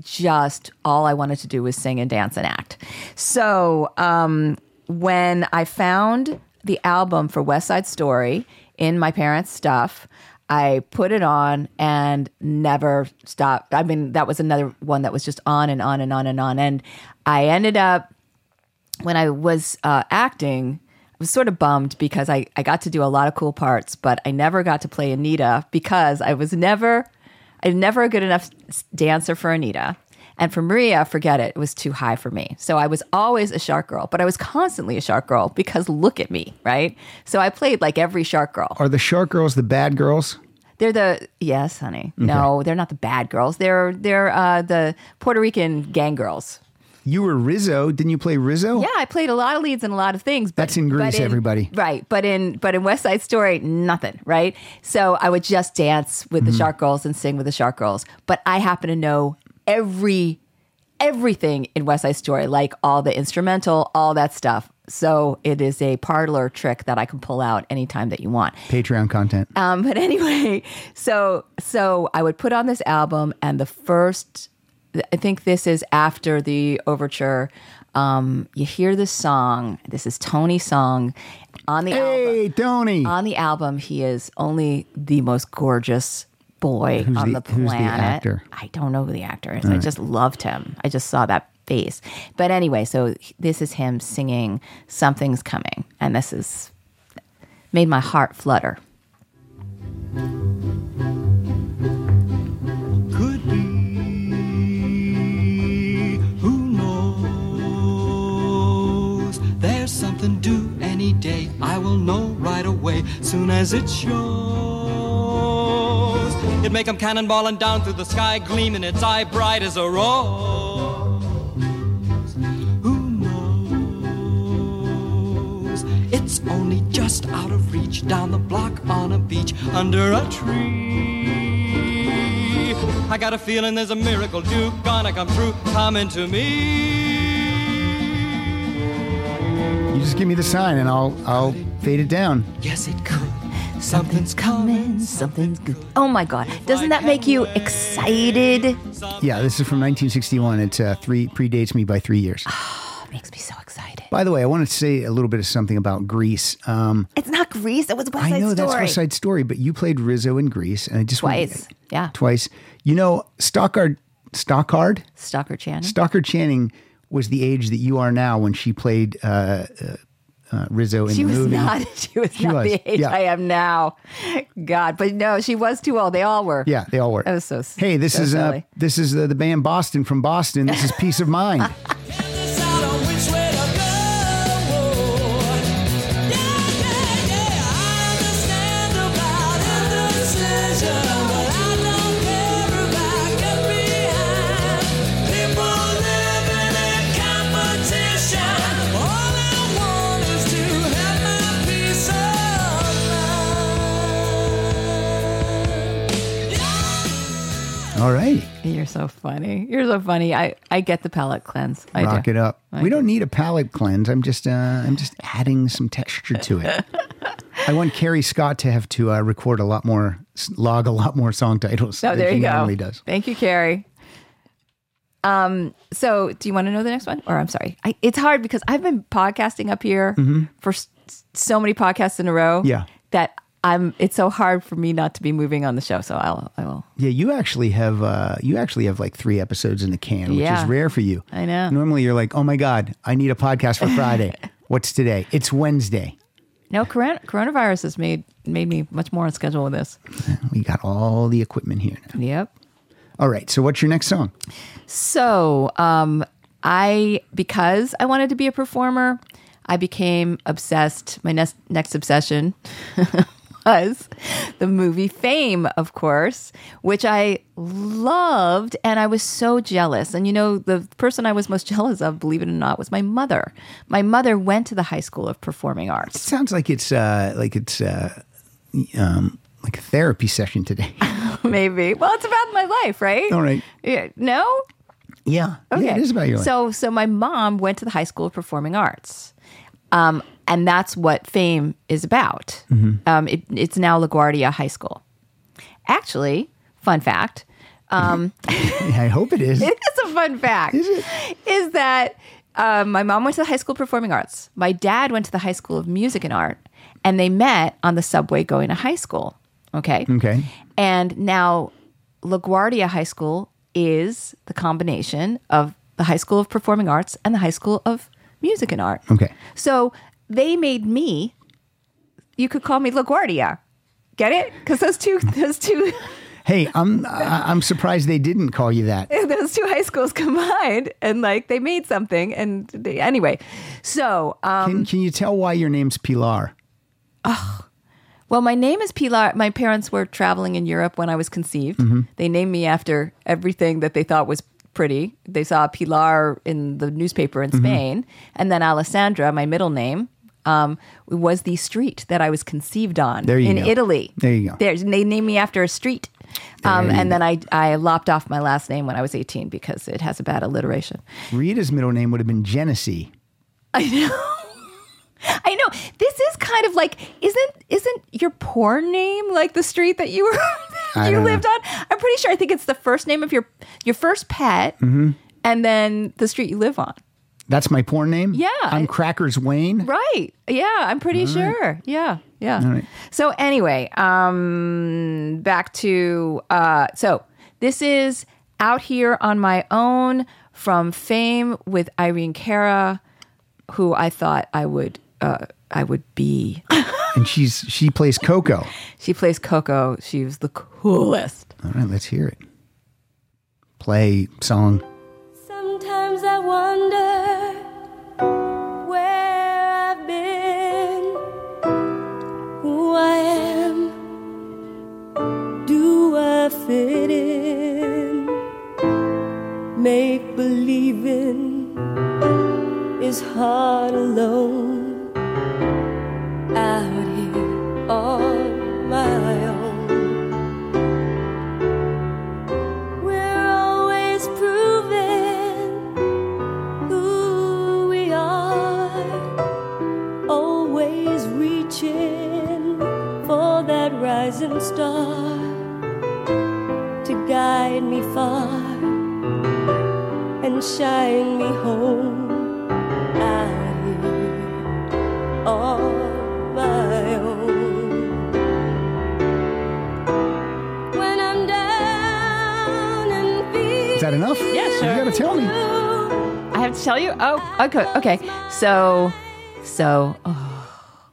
Speaker 3: just all I wanted to do was sing and dance and act. So um, when I found the album for West Side Story in my parents' stuff, I put it on and never stopped. I mean, that was another one that was just on and on and on and on. And I ended up when I was uh, acting, I was sort of bummed because I, I got to do a lot of cool parts, but I never got to play Anita because I was never, I was never a good enough s- dancer for Anita. And for Maria, forget it, it was too high for me. So I was always a shark girl, but I was constantly a shark girl because look at me, right? So I played like every shark girl.
Speaker 2: Are the Shark Girls the bad girls?
Speaker 3: They're the yes, honey. No, they're not the bad girls. They're they're uh, the Puerto Rican gang girls.
Speaker 2: You were Rizzo. Didn't you play Rizzo?
Speaker 3: Yeah, I played a lot of leads in a lot of things. But,
Speaker 2: That's in Greece,
Speaker 3: but
Speaker 2: everybody.
Speaker 3: Right, but in but in West Side Story, nothing. Right, so I would just dance with
Speaker 2: Mm-hmm.
Speaker 3: the Shark Girls and sing with the Shark Girls. But I happen to know every everything in West Side Story, like all the instrumental, all that stuff. So it is a parlor trick that I can pull out anytime that you want.
Speaker 2: Patreon content.
Speaker 3: Um, but anyway, so so I would put on this album, and the first, I think this is after the overture. Um, you hear this song. This is Tony's song on the album.
Speaker 2: hey, Tony.
Speaker 3: On the album, he is only the most gorgeous boy
Speaker 2: Who's
Speaker 3: on
Speaker 2: the-
Speaker 3: the,
Speaker 2: who's
Speaker 3: planet.
Speaker 2: the actor?
Speaker 3: I don't know who the actor is. I just loved him. I just saw that face. But anyway, so this is him singing "Something's Coming," and this is made my heart flutter.
Speaker 6: could be. Who knows? There's something due any day. I will know right away, soon as it shows. It make 'em cannonballing down through the sky, gleaming its eye bright as a rose. Who knows? It's only just out of reach, down the block on a beach, under a tree. I got a feeling there's a miracle due, gonna come true, coming to me.
Speaker 2: You just give me the sign and I'll I'll fade it down.
Speaker 6: Yes, it could. Something's coming, something's good.
Speaker 3: Oh my God. Doesn't that make you excited?
Speaker 2: Yeah, this is from 1961. It's uh, three predates me by three years.
Speaker 3: That makes me so excited.
Speaker 2: By the way, I wanted to say a little bit of something about Greece. Um,
Speaker 3: It's not Greece. It was West
Speaker 2: I
Speaker 3: Side
Speaker 2: know
Speaker 3: Story.
Speaker 2: that's West Side Story, but you played Rizzo in Greece, and I just wanted-
Speaker 3: Twice. Yeah.
Speaker 2: twice. You know, Stockard, Stockard,
Speaker 3: Stalker Chan.
Speaker 2: Stockard Channing was the age that you are now when she played uh, uh, uh, Rizzo in
Speaker 3: She
Speaker 2: the
Speaker 3: was
Speaker 2: movie.
Speaker 3: not. She was not
Speaker 2: was,
Speaker 3: the age
Speaker 2: yeah.
Speaker 3: I am now. God, but no, she was too old. They all were.
Speaker 2: Yeah, they all were.
Speaker 3: That was so s-
Speaker 2: Hey, this
Speaker 3: so
Speaker 2: is uh,
Speaker 3: silly.
Speaker 2: this is the, the band Boston from Boston. This is Peace of Mind. all right,
Speaker 3: You're so funny. You're so funny. I, I get the palate cleanse. I
Speaker 2: rock
Speaker 3: do.
Speaker 2: it up.
Speaker 3: I
Speaker 2: we
Speaker 3: do.
Speaker 2: don't need a palate cleanse. I'm just uh, I'm just adding some texture to it. I want Carrie Scott to have to uh, record a lot more, s- log a lot more song titles.
Speaker 3: So
Speaker 2: than
Speaker 3: Oh, there
Speaker 2: she
Speaker 3: you go.
Speaker 2: normally does.
Speaker 3: Thank you, Carrie. Um, so do you want to know the next one? Or I'm sorry. I, it's hard because I've been podcasting up here for s- so many podcasts in a row.
Speaker 2: Mm-hmm. Yeah.
Speaker 3: That I'm it's so hard for me not to be moving on the show. So I'll I will.
Speaker 2: Yeah, you actually have uh, you actually have like three episodes in the can, which
Speaker 3: Yeah.
Speaker 2: is rare for you.
Speaker 3: I know.
Speaker 2: Normally, you're like, oh my god, I need a podcast for Friday. What's today? It's Wednesday.
Speaker 3: No, coron- coronavirus has made made me much more on schedule with this.
Speaker 2: We got all the equipment here. Now.
Speaker 3: Yep.
Speaker 2: All right. So, what's your next song?
Speaker 3: So, um, I because I wanted to be a performer, I became obsessed. My next next obsession was the movie Fame, of course, which I loved, and I was so jealous. And you know, the person I was most jealous of, believe it or not, was my mother. My mother went to the High School of Performing Arts.
Speaker 2: Sounds like it's uh, like it's uh, um, like a therapy session today.
Speaker 3: Maybe. Well, it's about my life, right?
Speaker 2: All right.
Speaker 3: Yeah. No.
Speaker 2: Yeah.
Speaker 3: Okay.
Speaker 2: Yeah, it is about your life.
Speaker 3: Oh, So, so my mom went to the High School of Performing Arts, um, and that's what fame is about.
Speaker 2: Mm-hmm.
Speaker 3: Um, it, it's now LaGuardia High School. Actually, fun fact. Um,
Speaker 2: I hope it is.
Speaker 3: it's a fun fact. Is that um, my mom went to the High School of Performing Arts. My dad went to the High School of Music and Art, and they met on the subway going to high school. Okay.
Speaker 2: Okay.
Speaker 3: And now LaGuardia High School is the combination of the High School of Performing Arts and the High School of Music and Art.
Speaker 2: Okay.
Speaker 3: So they made me, you could call me LaGuardia. Get it? Because those two, those two,
Speaker 2: Hey, I'm I- I'm surprised they didn't call you that.
Speaker 3: those two high schools combined, and like they made something. And they, anyway, so um,
Speaker 2: Can, can you tell why your name's Pilar?
Speaker 3: Well, my name is Pilar. My
Speaker 2: Mm-hmm.
Speaker 3: parents were traveling in Europe when I was conceived. They named me after everything that they thought was pretty. They saw Pilar in the newspaper in
Speaker 2: Mm-hmm.
Speaker 3: Spain, and then Alessandra, my middle name, um, was the street that I was conceived on
Speaker 2: There you
Speaker 3: in
Speaker 2: go.
Speaker 3: Italy.
Speaker 2: There you go.
Speaker 3: There's- they named me after a street. Um, and then I, I lopped off my last name when I was 18 because it has a bad alliteration.
Speaker 2: Rita's middle name would have been Genesee.
Speaker 3: I know. I know. This is kind of like isn't isn't your porn name like the street that you were
Speaker 2: I
Speaker 3: you
Speaker 2: don't know.
Speaker 3: lived on? I'm pretty sure I think it's the first name of your your first pet
Speaker 2: Mm-hmm.
Speaker 3: and then the street you live on.
Speaker 2: That's my porn name?
Speaker 3: Yeah.
Speaker 2: I'm Crackers Wayne.
Speaker 3: Right. Yeah, I'm pretty sure. Yeah. Yeah.
Speaker 2: right.
Speaker 3: So anyway, um back to uh so this is out here on my own from fame with Irene Cara, who I thought I would uh I would be.
Speaker 2: And she's she plays Coco.
Speaker 3: she plays Coco. She was the coolest.
Speaker 2: All right, let's hear it. Play song.
Speaker 5: Sometimes I wonder where I've been, who I am, do I fit in? Make believing is hard alone out here on my own. We're always proving who we are, always reaching for that rising star to guide me far and shine me home out here on my own when I'm down and
Speaker 2: Is that enough?
Speaker 5: Yes,
Speaker 2: You gotta tell me.
Speaker 3: I have to tell you. Oh, okay. Okay. So, so, oh,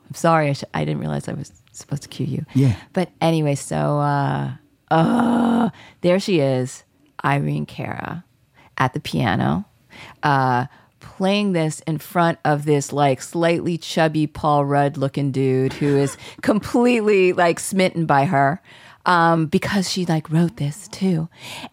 Speaker 3: I'm sorry. I, sh- I didn't realize I was supposed to cue you.
Speaker 2: Yeah.
Speaker 3: But anyway, so, uh, oh, there she is, Irene Cara at the piano, uh, playing this in front of this like slightly chubby Paul Rudd looking dude who is completely like smitten by her um, because she like wrote this too.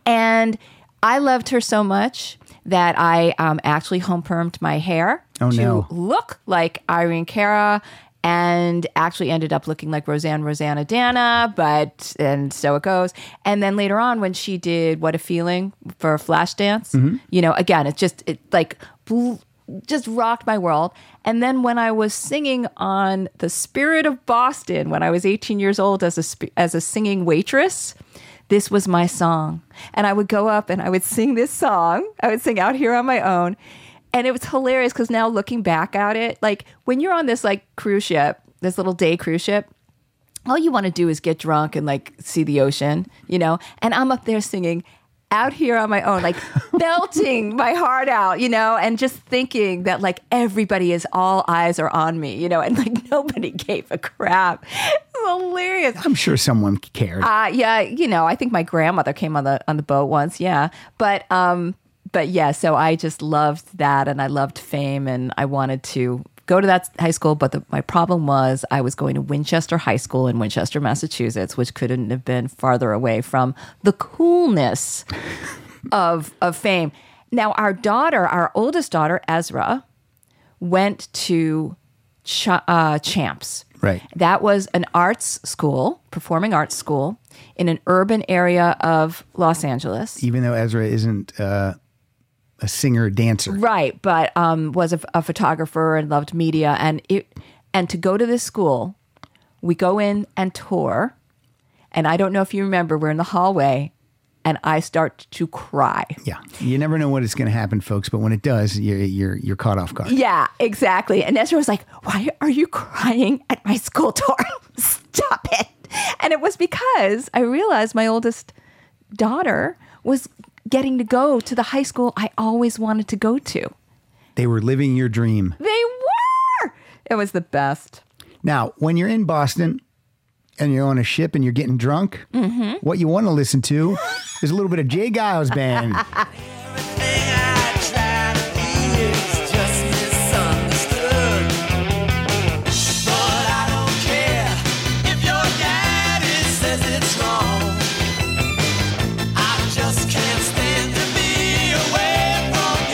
Speaker 3: And I loved her so much that I um, actually home permed my hair
Speaker 2: Oh,
Speaker 3: to
Speaker 2: no.
Speaker 3: look like Irene Cara and actually ended up looking like Roseanne Rosanna Dana, but and so it goes. And then later on when she did What a Feeling for Flashdance,
Speaker 2: Mm-hmm.
Speaker 3: you know, again, it just it like bl- just rocked my world. And then when I was singing on The Spirit of Boston when I was 18 years old as a sp- as a singing waitress, this was my song. And I would go up and I would sing this song. I would sing out here on my own. And it was hilarious because now looking back at it, like when you're on this like cruise ship, this little day cruise ship, all you want to do is get drunk and like see the ocean, you know? And I'm up there singing out here on my own, like belting my heart out, you know, and just thinking that like everybody is all eyes are on me, you know, and like nobody gave a crap. It's hilarious.
Speaker 2: I'm sure someone cared.
Speaker 3: Uh, yeah, you know, I think my grandmother came on the on the boat once. Yeah, but um, but yeah, so I just loved that, and I loved fame, and I wanted to go to that high school. But the, my problem was I was going to Winchester High School in Winchester, Massachusetts, which couldn't have been farther away from the coolness of of fame. Now, our daughter, our oldest daughter, Ezra, went to Ch- uh, Champs.
Speaker 2: Right.
Speaker 3: That was an arts school, performing arts school, in an urban area of Los Angeles.
Speaker 2: Even though Ezra isn't uh, a singer dancer.
Speaker 3: Right, but um, was a, a photographer and loved media, and it, and to go to this school, we go in and tour, and I don't know if you remember, we're in the hallway, and I start to cry.
Speaker 2: Yeah. You never know what is going to happen, folks, but when it does, you're, you're, you're caught off guard.
Speaker 3: Yeah, exactly. And Ezra was like, Why are you crying at my school door? Stop it. And it was because I realized my oldest daughter was getting to go to the high school I always wanted to go to.
Speaker 2: They were living your dream.
Speaker 3: They were. It was the best.
Speaker 2: Now, when you're in Boston and you're on a ship and you're getting drunk,
Speaker 3: Mm-hmm.
Speaker 2: what you want to listen to is a little bit of Jay Giles Band.
Speaker 7: Just can't stand to be a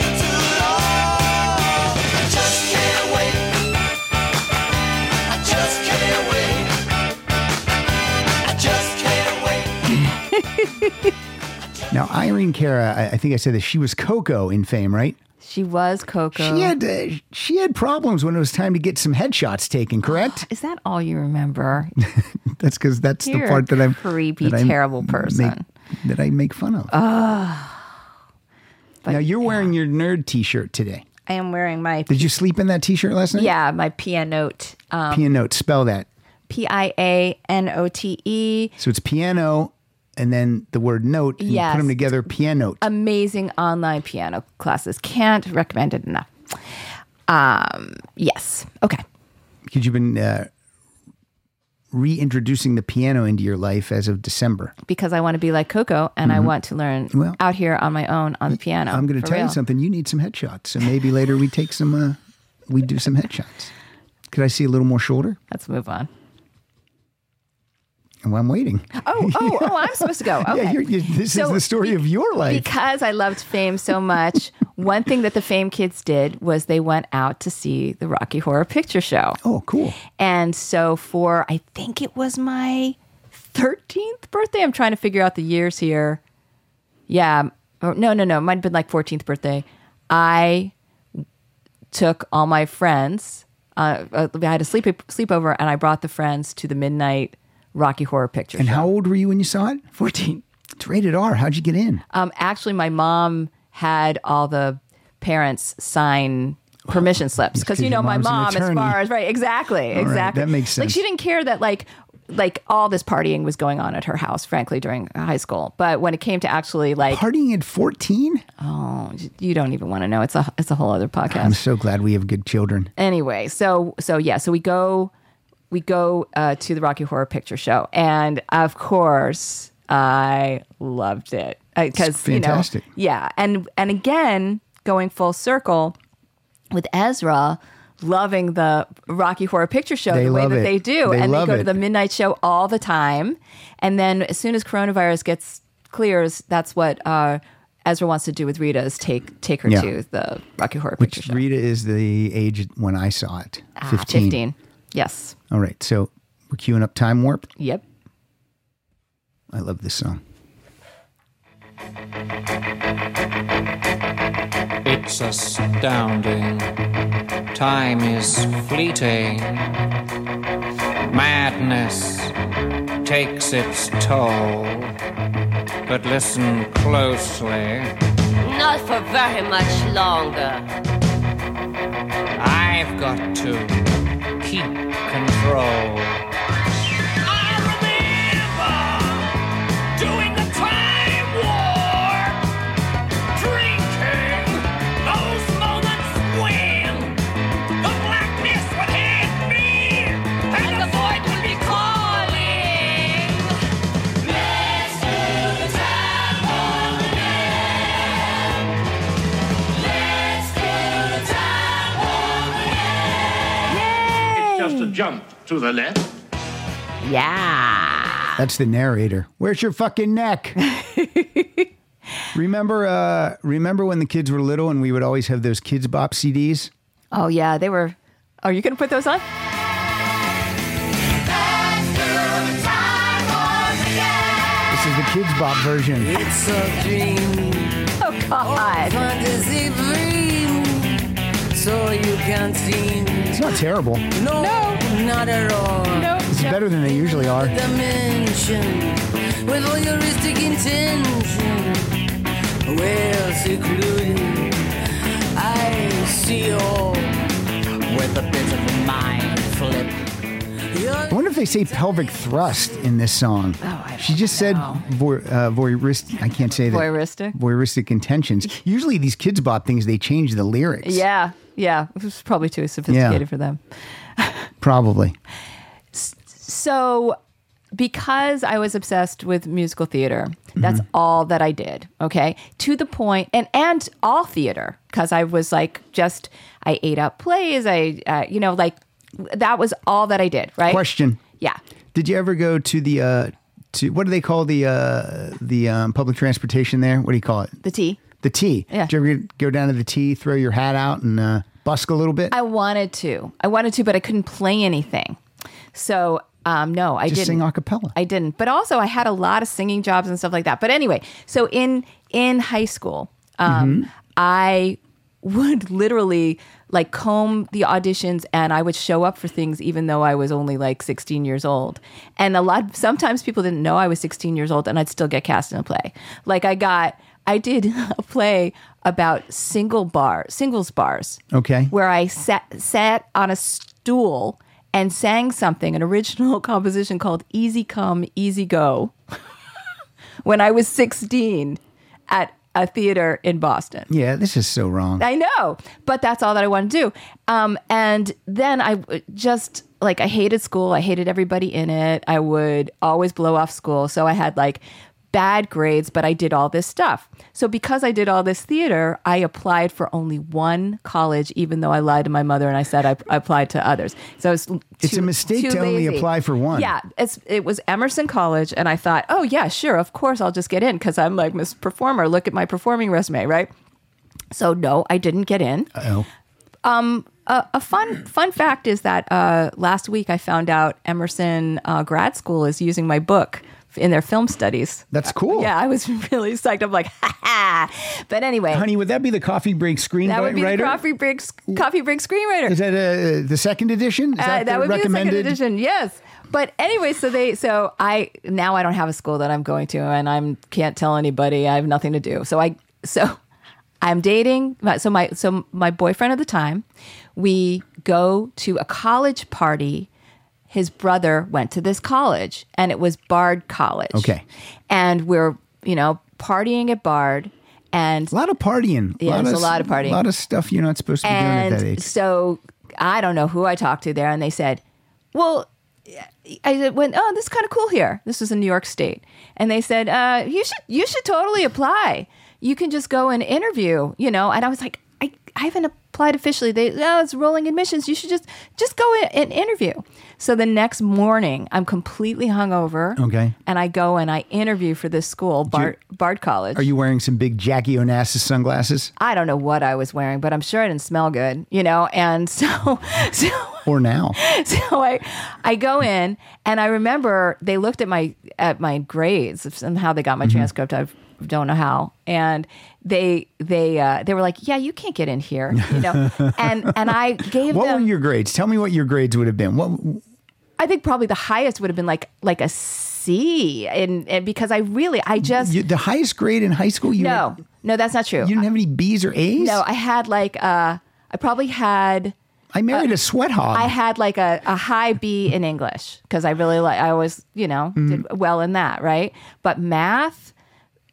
Speaker 2: Now, Irene Cara, I, I think I said this. She was Coco in fame, right?
Speaker 3: She was Coco.
Speaker 2: She had uh, she had problems when it was time to get some headshots taken. Correct?
Speaker 3: Is that all you remember?
Speaker 2: That's because that's
Speaker 3: You're
Speaker 2: the
Speaker 3: a
Speaker 2: part that I'm
Speaker 3: creepy,
Speaker 2: that I
Speaker 3: terrible person.
Speaker 2: make- that I make fun of.
Speaker 3: But
Speaker 2: now you're wearing your nerd T-shirt today.
Speaker 3: I am wearing my
Speaker 2: Did you sleep in that T-shirt last night?
Speaker 3: yeah my pianote um,
Speaker 2: Piano. Spell that.
Speaker 3: P I A N O T E.
Speaker 2: So it's piano, and then the word note. And You
Speaker 3: Yes. Um,
Speaker 2: put them together. Piano.
Speaker 3: Amazing online piano classes. Can't recommend it enough. Um, yes. Okay.
Speaker 2: Because you've been uh, reintroducing the piano into your life as of December.
Speaker 3: Because I want to be like Coco and I want to learn
Speaker 2: Mm-hmm. Well,
Speaker 3: out here on my own on the piano.
Speaker 2: I'm going to
Speaker 3: for
Speaker 2: tell you
Speaker 3: real.
Speaker 2: something. You need some headshots, so maybe later we take some. Uh, we do some headshots. Could I see a little more shoulder?
Speaker 3: Let's move on.
Speaker 2: Well, I'm waiting.
Speaker 3: Oh, oh, oh, I'm supposed to go. Okay.
Speaker 2: Yeah, you're, you this is
Speaker 3: So
Speaker 2: the story of your life.
Speaker 3: because I loved fame so much, one thing that the fame kids did was they went out to see the Rocky Horror Picture Show.
Speaker 2: oh, cool.
Speaker 3: And so for I think it was my 13th birthday. I'm trying to figure out the years here. Yeah. or- No, no, no. It might have been like 14th birthday. I took all my friends. Uh, uh, I had a sleep sleepover, and I brought the friends to the midnight Rocky Horror Picture
Speaker 2: And
Speaker 3: Show.
Speaker 2: how old were you when you saw it? 14. It's rated R. How'd you get in?
Speaker 3: Um, actually, my mom had all the parents sign permission slips because you
Speaker 2: your
Speaker 3: know my
Speaker 2: mom's an
Speaker 3: mom, as
Speaker 2: attorney.
Speaker 3: far as right, exactly, exactly.
Speaker 2: that makes
Speaker 3: Like she
Speaker 2: sense.
Speaker 3: didn't care that like like all this partying was going on at her house, frankly, during high school. But when it came to actually like,
Speaker 2: Partying at 14?
Speaker 3: oh, you don't even want to know. It's a it's a whole other podcast
Speaker 2: I'm so glad we have good children.
Speaker 3: anyway so so yeah so we go we go uh, to the rocky horror picture show and of course i loved it because you know
Speaker 2: fantastic.
Speaker 3: yeah and and again going full circle with ezra loving the rocky horror picture show
Speaker 2: They
Speaker 3: the way
Speaker 2: love
Speaker 3: that
Speaker 2: it.
Speaker 3: they do
Speaker 2: They
Speaker 3: and they
Speaker 2: love
Speaker 3: go
Speaker 2: it.
Speaker 3: to the midnight show all the time and then as soon as coronavirus gets clears that's what uh, ezra wants to do with rita is take take her
Speaker 2: Yeah.
Speaker 3: to the rocky horror picture
Speaker 2: Which
Speaker 3: show
Speaker 2: Rita is the age when I saw it.
Speaker 3: Ah,
Speaker 2: 15.
Speaker 3: 15 yes
Speaker 2: All right. So we're queuing up Time Warp.
Speaker 3: Yep.
Speaker 2: I love this song.
Speaker 7: It's astounding. Time is fleeting. Madness takes its toll. But listen closely.
Speaker 8: Not for very much longer.
Speaker 7: I've got to keep control.
Speaker 9: Just a jump to the left.
Speaker 3: Yeah.
Speaker 2: That's the narrator. Where's your fucking neck? remember, uh, remember when the kids were little and we would always have those kids bop CDs?
Speaker 3: Oh yeah, they were. Are you gonna put those on?
Speaker 2: This is the kids bop version.
Speaker 1: It's a dream,
Speaker 3: Oh God.
Speaker 1: fantasy dream. So you can dream.
Speaker 2: It's not terrible.
Speaker 1: No, not at all.
Speaker 2: It's better than they usually are.
Speaker 1: Dimension with all your realistic intention. Well secluded, I see all with a bit of a mind flip. You're
Speaker 2: I wonder if they say pelvic thrust in this song. Oh,
Speaker 3: I don't
Speaker 2: she just said
Speaker 3: know.
Speaker 2: voy, uh, voyeuristic. I can't say that.
Speaker 3: Voyeuristic?
Speaker 2: Voyeuristic intentions. Usually these kids bop things, they change the lyrics.
Speaker 3: Yeah. Yeah. It was probably too sophisticated for them.
Speaker 2: Probably.
Speaker 3: So, because I was obsessed with musical theater, that's all that I did. Okay, to the point, and and all theater because I was like just I ate up plays. I uh, you know like that was all that I did. Right.
Speaker 2: Question.
Speaker 3: Yeah.
Speaker 2: Did you ever go to the, uh, to what do they call the, uh, the um, public transportation there? What do you call it?
Speaker 3: The tea.
Speaker 2: The T.
Speaker 3: Yeah.
Speaker 2: Did you ever go down to the T, throw your hat out and uh, busk a little bit?
Speaker 3: I wanted to. I wanted to, but I couldn't play anything. So Um, no, I
Speaker 2: Just
Speaker 3: didn't
Speaker 2: sing a cappella.
Speaker 3: I didn't. But also, I had a lot of singing jobs and stuff like that. But anyway, so in in high school, um,
Speaker 2: Mm-hmm.
Speaker 3: I would literally like comb the auditions and I would show up for things even though I was only like 16 years old. And a lot sometimes people didn't know I was 16 years old and I'd still get cast in a play. Like I got I did a play about single bar singles bars
Speaker 2: Okay.
Speaker 3: where I sat sat on a stool and sang something, an original composition called "Easy Come, Easy Go," when I was sixteen at a theater in Boston.
Speaker 2: yeah, this is so wrong.
Speaker 3: I know, but that's all that I want to do. Um, and then I w- just like I hated school. I hated everybody in it. I would always blow off school, so I had like bad grades, but I did all this stuff. So because I did all this theater, I applied for only one college, even though I lied to my mother and I said I, I applied to others. So it's
Speaker 2: It's a mistake to only apply for one.
Speaker 3: Yeah, it's it was Emerson College, and I thought, oh yeah, sure, of course, I'll just get in because I'm like Miss Performer. Look at my performing resume, right? So no, I didn't get in.
Speaker 2: oh.
Speaker 3: A, a fun fun fact is that uh, last week I found out Emerson uh, Grad School is using my book in their film studies.
Speaker 2: That's cool.
Speaker 3: Uh, Yeah, I was really psyched. I'm like, ha ha. But anyway,
Speaker 2: Honey, would that be the coffee break screenwriter?
Speaker 3: that would be the coffee break coffee break screenwriter.
Speaker 2: Is that uh, the second edition? Is
Speaker 3: Uh, that
Speaker 2: the
Speaker 3: would
Speaker 2: recommended?
Speaker 3: be the second edition. Yes. But anyway, so they so I now I don't have a school that I'm going to and I'm can't tell anybody. I have nothing to do. So I so I'm dating my- so my so my boyfriend at the time, we go to a college party. His brother went to this college and it was Bard College.
Speaker 2: Okay.
Speaker 3: And we're, you know, partying at Bard and
Speaker 2: A lot of partying.
Speaker 3: Yeah, there's a lot of partying.
Speaker 2: A lot of stuff you're not supposed to be doing at that
Speaker 3: and
Speaker 2: age.
Speaker 3: so I don't know who I talked to there, and they said, "Well," I said, "When oh, this is kind of cool here. This is in New York State," and they said, uh, "You should you should totally apply. You can just go and interview, you know." And I was like, "I I haven't applied officially. They oh, it's rolling admissions. You should just just go in and interview." So the next morning, I'm completely hungover.
Speaker 2: Okay.
Speaker 3: and I go and I interview for this school, Bart Bart College.
Speaker 2: Are you wearing some big Jackie Onassis sunglasses
Speaker 3: I don't know what I was wearing, but I'm sure I didn't smell good, you know. And so, so,
Speaker 2: or now?
Speaker 3: so I, I go in, and I remember they looked at my at my grades. Somehow they got my
Speaker 2: Mm-hmm.
Speaker 3: transcript. I don't know how. And they they uh, they were like, "Yeah, you can't get in here," you know. and and I gave
Speaker 2: What
Speaker 3: them.
Speaker 2: were your grades? Tell me what your grades would have been. What
Speaker 3: I think probably the highest would have been like like a C, and, and because I really I just
Speaker 2: you, the highest grade in high school? You
Speaker 3: no no that's not true.
Speaker 2: you didn't have any B's or A's.
Speaker 3: no, I had like uh, I probably had.
Speaker 2: I married a sweat hog.
Speaker 3: uh, I had like a, a high B in English because I really like, I always, you know,
Speaker 2: Mm-hmm.
Speaker 3: did well in that, right? But math,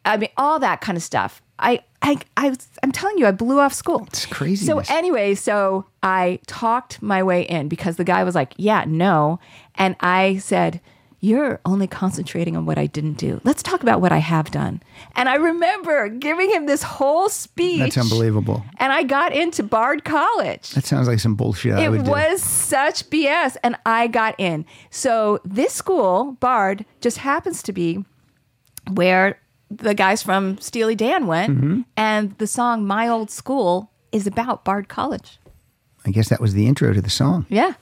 Speaker 3: I mean, all that kind of stuff. I, I, I, I'm telling you, I blew off school. It's
Speaker 2: crazy.
Speaker 3: So anyway, so I talked my way in because the guy was like, "Yeah, no," and I said, "You're only concentrating on what I didn't do. Let's talk about what I have done." And I remember giving him this whole speech.
Speaker 2: That's unbelievable.
Speaker 3: And I got into Bard College
Speaker 2: That sounds like some bullshit. I
Speaker 3: it
Speaker 2: would do.
Speaker 3: was such BS, and I got in. So this school, Bard, just happens to be where the guys from Steely Dan went,
Speaker 2: Mm-hmm.
Speaker 3: and the song "My Old School" is about Bard College.
Speaker 2: I guess that was the intro to the song.
Speaker 3: Yeah.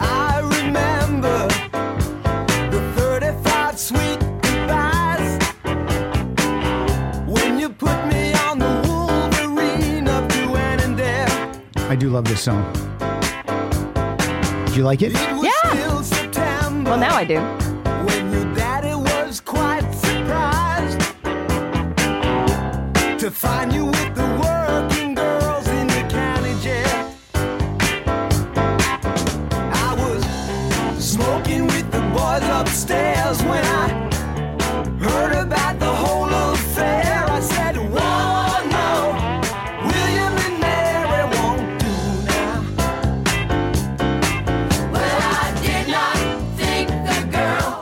Speaker 1: I remember the 35 sweet goodbyes when you put me on the Wolverine up to an and there.
Speaker 2: I do love this song. Do you like it?
Speaker 1: It was
Speaker 3: Yeah.
Speaker 1: still September.
Speaker 3: Well, now I do.
Speaker 1: when your daddy was quite surprised to find you with the working girls in the county jail. I was smoking with the boys upstairs when I heard about the whole affair. I said, "Whoa, no, William and Mary won't do now." Well, I did not think the girl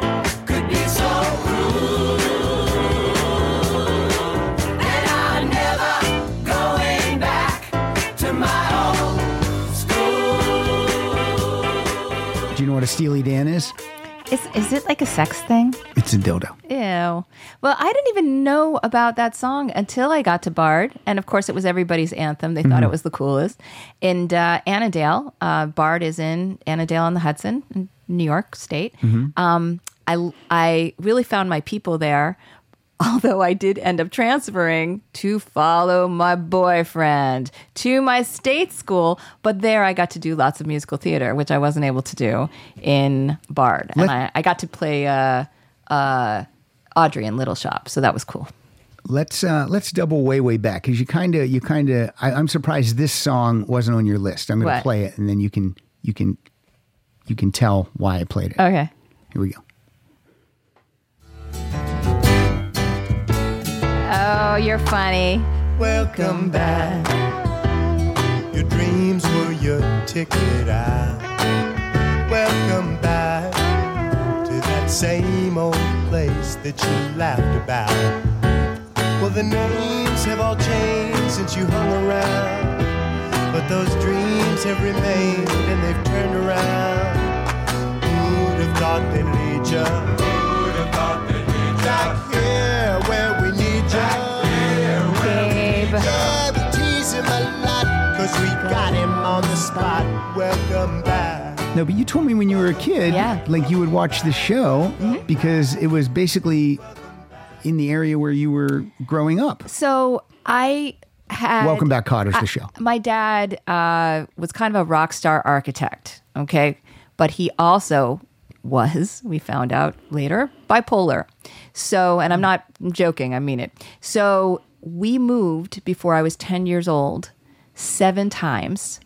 Speaker 1: could be so rude. And I'm never going back to my old school.
Speaker 2: Do you know what a Steely Dan is?
Speaker 3: Is, is it like a sex thing?
Speaker 2: It's a dildo.
Speaker 3: Ew. Well, I didn't even know about that song until I got to Bard. And of course, it was everybody's anthem. They thought it was the coolest. And uh, Annadale, uh, Bard is in Annadale on the Hudson, in New York State. Um, I, I really found my people there, although I did end up transferring to follow my boyfriend to my state school. But there I got to do lots of musical theater, which I wasn't able to do in Bard. And
Speaker 2: Let-
Speaker 3: I, I got to play. Uh, Audrey in Little Shop, so that was cool.
Speaker 2: Let's uh, let's double way way back because you kind of you kind of I'm surprised this song wasn't on your list. I'm going to
Speaker 3: What?
Speaker 2: play it and then you can you can you can tell why I played it.
Speaker 3: Okay.
Speaker 2: Here we go.
Speaker 3: Oh, you're funny.
Speaker 10: Welcome back. Your dreams were your ticket out. Welcome back to that same old place that you laughed about. Well, the names have all changed since you hung around. But those dreams have remained and they've turned around. Who'd have thought they'd lead ya? Who'd have thought they'd lead ya? Back here where we need ya.
Speaker 3: Babe.
Speaker 10: Yeah, we tease him a lot, cause we got him on the spot. Welcome back.
Speaker 2: No, but you told me when you were a kid,
Speaker 3: Yeah. Mm-hmm.
Speaker 2: like you would watch the show because it was basically in the area where you were growing up.
Speaker 3: So I had.
Speaker 2: Welcome back, Cotter's the show.
Speaker 3: My dad uh, was kind of a rock star architect, okay? But he also was, we found out later, bipolar. So, and I'm not joking, I mean it. So, we moved before I was 10 years old seven times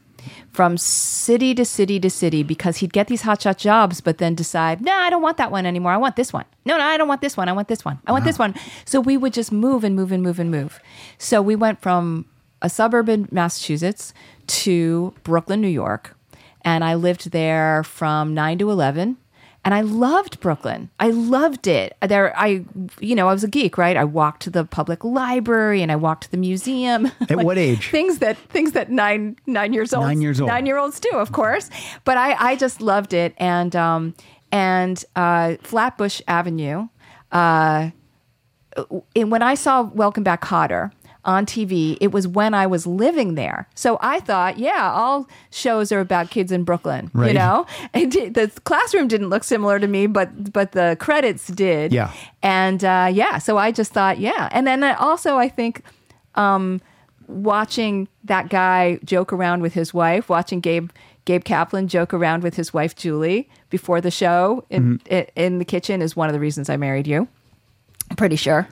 Speaker 3: from city to city to city because he'd get these hotshot jobs, but then decide, no, I don't want that one anymore. I want this one. No, no, I don't want this one. I want this one. I want this one. So we would just move and move and move and move. So we went from a suburb in Massachusetts to Brooklyn, New York. And I lived there from nine to 11. And I loved Brooklyn. I loved it. There, I, you know, I was a geek, right? I walked to the public library and I walked to the museum.
Speaker 2: At what age?
Speaker 3: Things that things that nine nine years old
Speaker 2: Nine years old.
Speaker 3: nine year olds do, of course. But I I just loved it and um and uh, Flatbush Avenue. Uh, and when I saw Welcome Back Cotter on TV, it was when I was living there. So I thought, yeah, all shows are about kids in Brooklyn.
Speaker 2: Right.
Speaker 3: You know, it did, the classroom didn't look similar to me, but but the credits did.
Speaker 2: Yeah.
Speaker 3: And uh, yeah, so I just thought, yeah. And then I- also, I think um, watching that guy joke around with his wife, watching Gabe Gabe Kaplan joke around with his wife Julie before the show in i- in the kitchen is one of the reasons I married you. I'm pretty sure.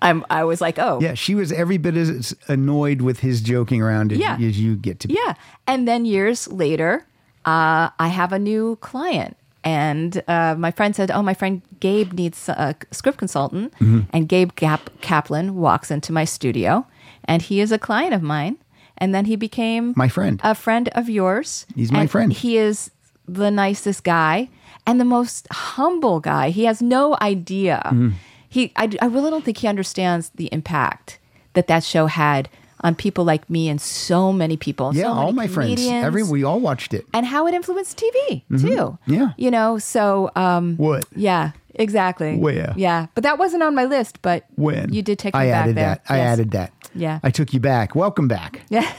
Speaker 3: I'm. I was like, oh,
Speaker 2: Yeah, she was every bit as annoyed with his joking around as,
Speaker 3: Yeah.
Speaker 2: as you get to be.
Speaker 3: Yeah. And then years later, uh, I have a new client. And uh, my friend said, Oh, my friend Gabe needs a script consultant.
Speaker 2: Mm-hmm.
Speaker 3: And Gabe Gap- Kaplan walks into my studio, and he is a client of mine. And then he became
Speaker 2: My friend.
Speaker 3: a friend of yours.
Speaker 2: He's my
Speaker 3: And
Speaker 2: friend.
Speaker 3: He is the nicest guy and the most humble guy. He has no idea.
Speaker 2: Mm-hmm.
Speaker 3: He, I, I really don't think he understands the impact that that show had on people like me and so many people.
Speaker 2: yeah,
Speaker 3: so
Speaker 2: all
Speaker 3: many
Speaker 2: my friends.
Speaker 3: comedians,
Speaker 2: Every we all watched it.
Speaker 3: and how it influenced TV too.
Speaker 2: Yeah.
Speaker 3: you know. So um,
Speaker 2: What?
Speaker 3: Yeah, exactly.
Speaker 2: Where?
Speaker 3: Yeah, but that wasn't on my list. But
Speaker 2: When
Speaker 3: you did take me
Speaker 2: I
Speaker 3: back
Speaker 2: added
Speaker 3: there.
Speaker 2: that. I
Speaker 3: Yes.
Speaker 2: added that.
Speaker 3: Yeah.
Speaker 2: I took you back. Welcome back.
Speaker 3: Yeah.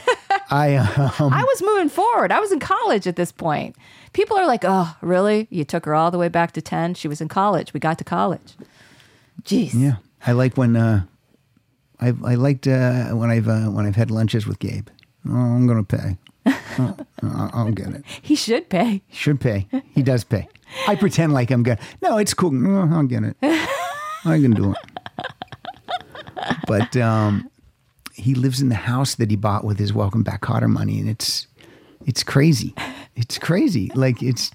Speaker 2: I um,
Speaker 3: I was moving forward. I was in college at this point. People are like, "Oh, really? You took her all the way back to 10? She was in college. We got to college." Jeez.
Speaker 2: yeah. I like when uh, I I liked uh, when I've uh, when I've had lunches with Gabe. Oh, I'm gonna pay. Oh, I'll, I'll get it.
Speaker 3: He should pay.
Speaker 2: Should pay. He does pay. I pretend like I'm gonna. No, it's cool. No, I'll get it. I can do it. But um, he lives in the house that he bought with his welcome back Cotter money, and it's it's crazy. It's crazy. Like it's.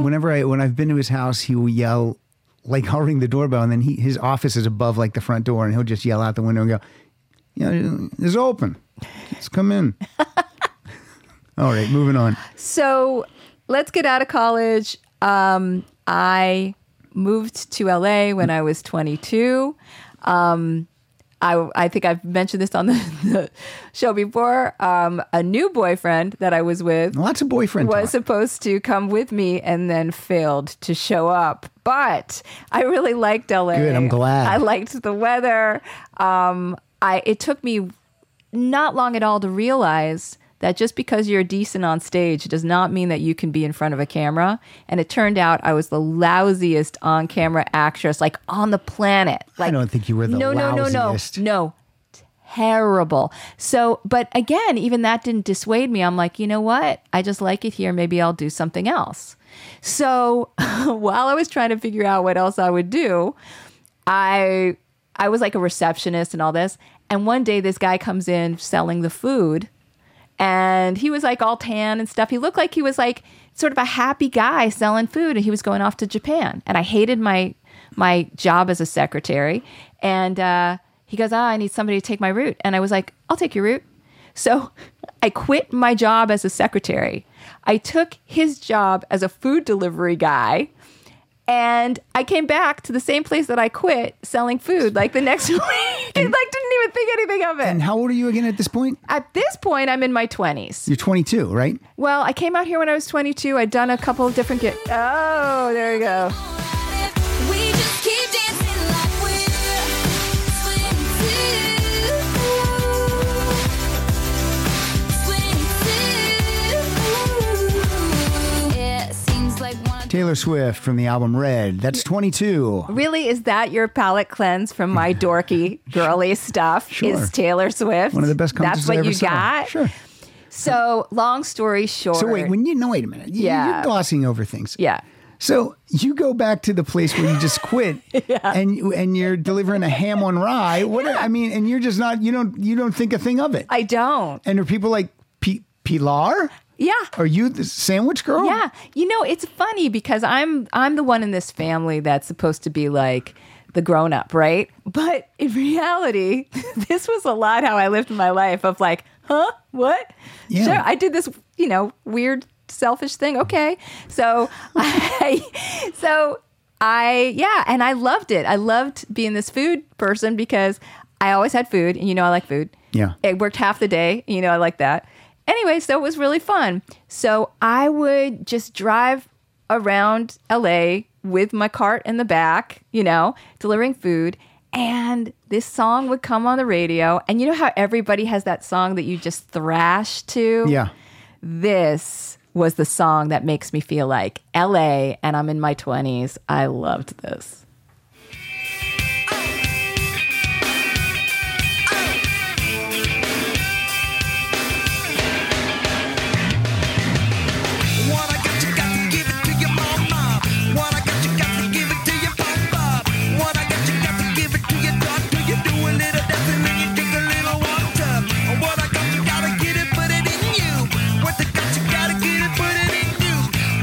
Speaker 2: Whenever I when I've been to his house, he will yell. Like I'll ring the doorbell, and then he his office is above like the front door, and he'll just yell out the window and go, "You know, it's open. Just come in." All right, moving on.
Speaker 3: So, let's get out of college. Um, I moved to LA when I was 22. Um, I, I think I've mentioned this on the, the show before. Um, a new boyfriend that I was with,
Speaker 2: lots of boyfriend
Speaker 3: was
Speaker 2: talk.
Speaker 3: supposed to come with me and then failed to show up. But I really liked LA.
Speaker 2: Good, I'm glad.
Speaker 3: I liked the weather. Um, I it took me not long at all to realize that just because you're decent on stage does not mean that you can be in front of a camera. And it turned out I was the lousiest on camera actress, like on the planet. Like,
Speaker 2: I don't think you were the
Speaker 3: no, no, no, no,
Speaker 2: lousiest.
Speaker 3: no. Terrible. So, but again, even that didn't dissuade me. I'm like, you know what? I just like it here. Maybe I'll do something else. So, while I was trying to figure out what else I would do, I I was like a receptionist and all this. And one day this guy comes in selling the food and he was like all tan and stuff. He looked like he was like sort of a happy guy selling food and he was going off to Japan. And I hated my my job as a secretary. And uh, he goes, Ah, I need somebody to take my route. And I was like, I'll take your route. So I quit my job as a secretary. I took his job as a food delivery guy. And I came back to the same place that I quit selling food like the next week. like didn't even think anything of it.
Speaker 2: And how old are you again at this point?
Speaker 3: At this point, I'm in my 20s.
Speaker 2: You're 22, right?
Speaker 3: Well, I came out here when I was 22. I'd done a couple of different gigs. Oh, there you go.
Speaker 2: Taylor Swift from the album Red. That's 22.
Speaker 3: Really, is that your palate cleanse from my dorky, girly stuff?
Speaker 2: Sure.
Speaker 3: Is Taylor Swift
Speaker 2: One of the best concerts
Speaker 3: That's what
Speaker 2: I ever
Speaker 3: you
Speaker 2: saw.
Speaker 3: got.
Speaker 2: Sure.
Speaker 3: So, long story short.
Speaker 2: So wait, when you no, wait a minute. You,
Speaker 3: Yeah.
Speaker 2: You're glossing over things.
Speaker 3: yeah.
Speaker 2: So you go back to the place where you just quit, and and you're delivering a ham on rye. What I mean, and you're just not you don't you don't think a thing of it.
Speaker 3: I don't.
Speaker 2: and are people like P- Pilar?
Speaker 3: Yeah.
Speaker 2: Are you the sandwich girl?
Speaker 3: Yeah, you know it's funny because I'm I'm the one in this family that's supposed to be like the grown up, right? But in reality, this was a lot how I lived my life of like, huh, what?
Speaker 2: Yeah.
Speaker 3: Sure, I did this, you know, weird selfish thing. Okay, so I so I yeah, and I loved it. I loved being this food person because I always had food, and you know I like food.
Speaker 2: Yeah.
Speaker 3: It worked half the day. You know, I like that. Anyway, so it was really fun. So I would just drive around LA with my cart in the back, you know, delivering food. And this song would come on the radio. And you know how everybody has that song that you just thrash to?
Speaker 2: Yeah.
Speaker 3: This was the song that makes me feel like LA and I'm in my 20s. I loved this.
Speaker 11: What I got, you got to give it to your mama. What I got, you got to give it to your papa. What I got, you got to give it to your doctor. You do a little dancing and you take a little walk tub. What I got, you gotta get it, put it in you. What I got, you gotta get it, put it in you.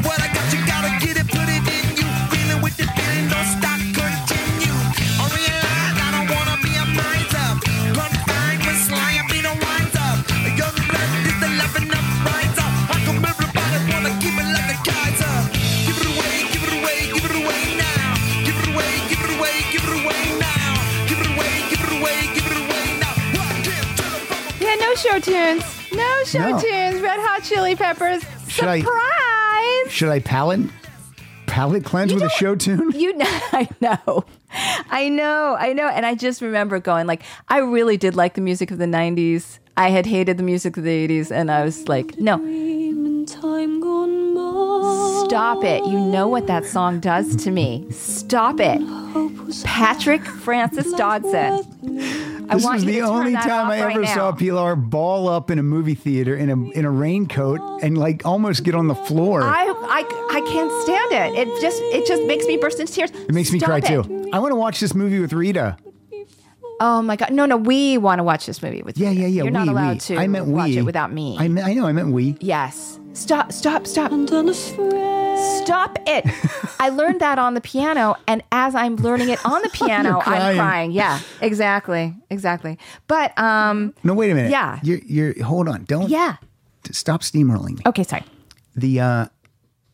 Speaker 11: What I got, you gotta get it, put it in you. Feeling with the feeling, don't stop, continue. I realize I don't wanna be a miser. Confined with sly, I be no wiser. Your blood is the loving up riser. How come everybody wanna keep it like a geyser? Give it away, give it away, give it away now. Give it away, give it away, give it away now. Give it away, give it away, give it away now. One, two, three, four.
Speaker 3: Yeah, no show tunes. No show
Speaker 2: No.
Speaker 3: tunes. Red Hot Chili Peppers.
Speaker 2: Should I-
Speaker 3: Surprise!
Speaker 2: Should I palate palate cleanse with a show tune?
Speaker 3: You know, I know, I know, I know, and I just remember going like, I really did like the music of the '90s. I had hated the music of the '80s, and I was like, no, stop it. You know what that song does to me? Stop it, Patrick Francis Dodson. I
Speaker 2: This
Speaker 3: want
Speaker 2: was
Speaker 3: you
Speaker 2: the
Speaker 3: to turn
Speaker 2: only
Speaker 3: that
Speaker 2: time
Speaker 3: off
Speaker 2: I
Speaker 3: right
Speaker 2: ever
Speaker 3: now.
Speaker 2: saw Pilar ball up in a movie theater in a in a raincoat and like almost get on the floor.
Speaker 3: I, I, I can't stand it. It just it just makes me burst into tears.
Speaker 2: it makes me cry too. I want to watch this movie with Rita.
Speaker 3: Oh my god! No, no, we want to watch this movie with
Speaker 2: Yeah,
Speaker 3: you.
Speaker 2: yeah, yeah.
Speaker 3: You're
Speaker 2: we,
Speaker 3: not allowed
Speaker 2: we.
Speaker 3: to
Speaker 2: I meant we.
Speaker 3: watch it without me.
Speaker 2: I, meant, I know. I meant we.
Speaker 3: Yes. Stop, stop, stop. Stop it. I learned that on the piano, and as I'm learning it on the piano, I'm
Speaker 2: crying.
Speaker 3: crying. Yeah, exactly. Exactly. But, um,
Speaker 2: No, wait a minute.
Speaker 3: Yeah.
Speaker 2: You're, you're. Hold on. Don't.
Speaker 3: yeah.
Speaker 2: Stop steamrolling me.
Speaker 3: Okay, sorry.
Speaker 2: The uh,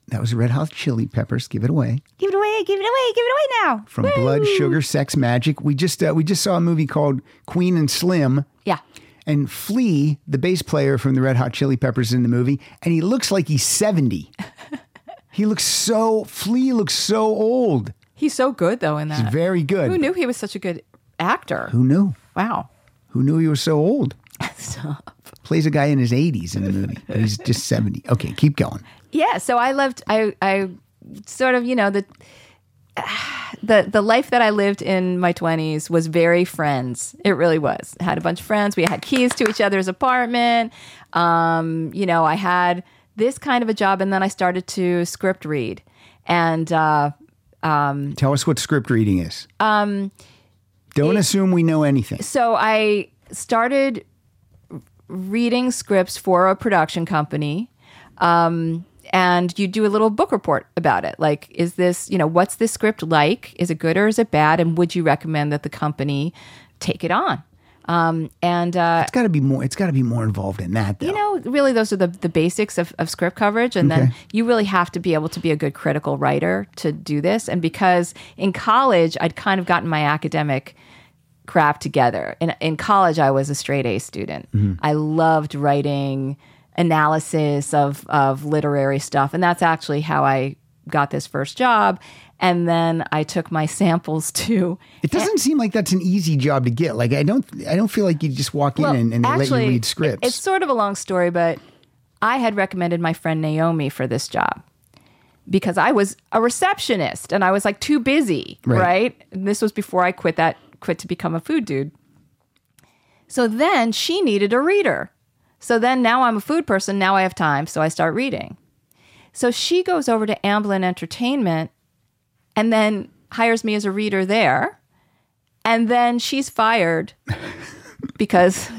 Speaker 2: That was Red Hot Chili Peppers. Give it away.
Speaker 4: Give it away, give it away, give it away now.
Speaker 2: From Blood Sugar Sex Magic. We just uh, we just saw a movie called Queen and Slim.
Speaker 3: Yeah.
Speaker 2: And Flea, the bass player from the Red Hot Chili Peppers, is in the movie, and he looks like he's seventy. he looks so Flea looks so old.
Speaker 3: He's so good though in that.
Speaker 2: He's very good.
Speaker 3: Who knew he was such a good actor?
Speaker 2: Who knew?
Speaker 3: Wow.
Speaker 2: Who knew he was so old?
Speaker 3: Stop.
Speaker 2: Plays a guy in his eighties in the movie. but he's just seventy. Okay, keep going.
Speaker 3: Yeah, so I lived I I sort of, you know, the the the life that I lived in my 20s was very friends. It really was. I had a bunch of friends. We had keys to each other's apartment. Um, you know, I had this kind of a job and then I started to script read. And uh um
Speaker 2: Tell us what script reading is.
Speaker 3: um
Speaker 2: Don't assume we know anything.
Speaker 3: so I started reading scripts for a production company. Um, and you do a little book report about it. Like, is this, you know, what's this script like? Is it good or is it bad? And would you recommend that the company take it on? Um, and uh,
Speaker 2: It's got to be more. It's got to be more involved in that. Though.
Speaker 3: you know, really, those are the, the basics of, of script coverage. And then
Speaker 2: Okay.
Speaker 3: you really have to be able to be a good critical writer to do this. And because in college, I'd kind of gotten my academic crap together. In, in college, I was a straight A student.
Speaker 12: Mhm.
Speaker 3: I loved writing analysis of, of literary stuff. And that's actually how I got this first job. And then I took my samples to
Speaker 2: It doesn't seem like that's an easy job to get. Like I don't, I don't feel like you just walk in and, and they let you read scripts.
Speaker 3: It's sort of a long story, but I had recommended my friend Naomi for this job because I was a receptionist and I was like too busy,
Speaker 12: Right.
Speaker 3: right? And this was before I quit that quit to become a food dude. So then she needed a reader. So then now I'm a food person, now I have time, so I start reading. So she goes over to Amblin Entertainment and then hires me as a reader there. And then she's fired because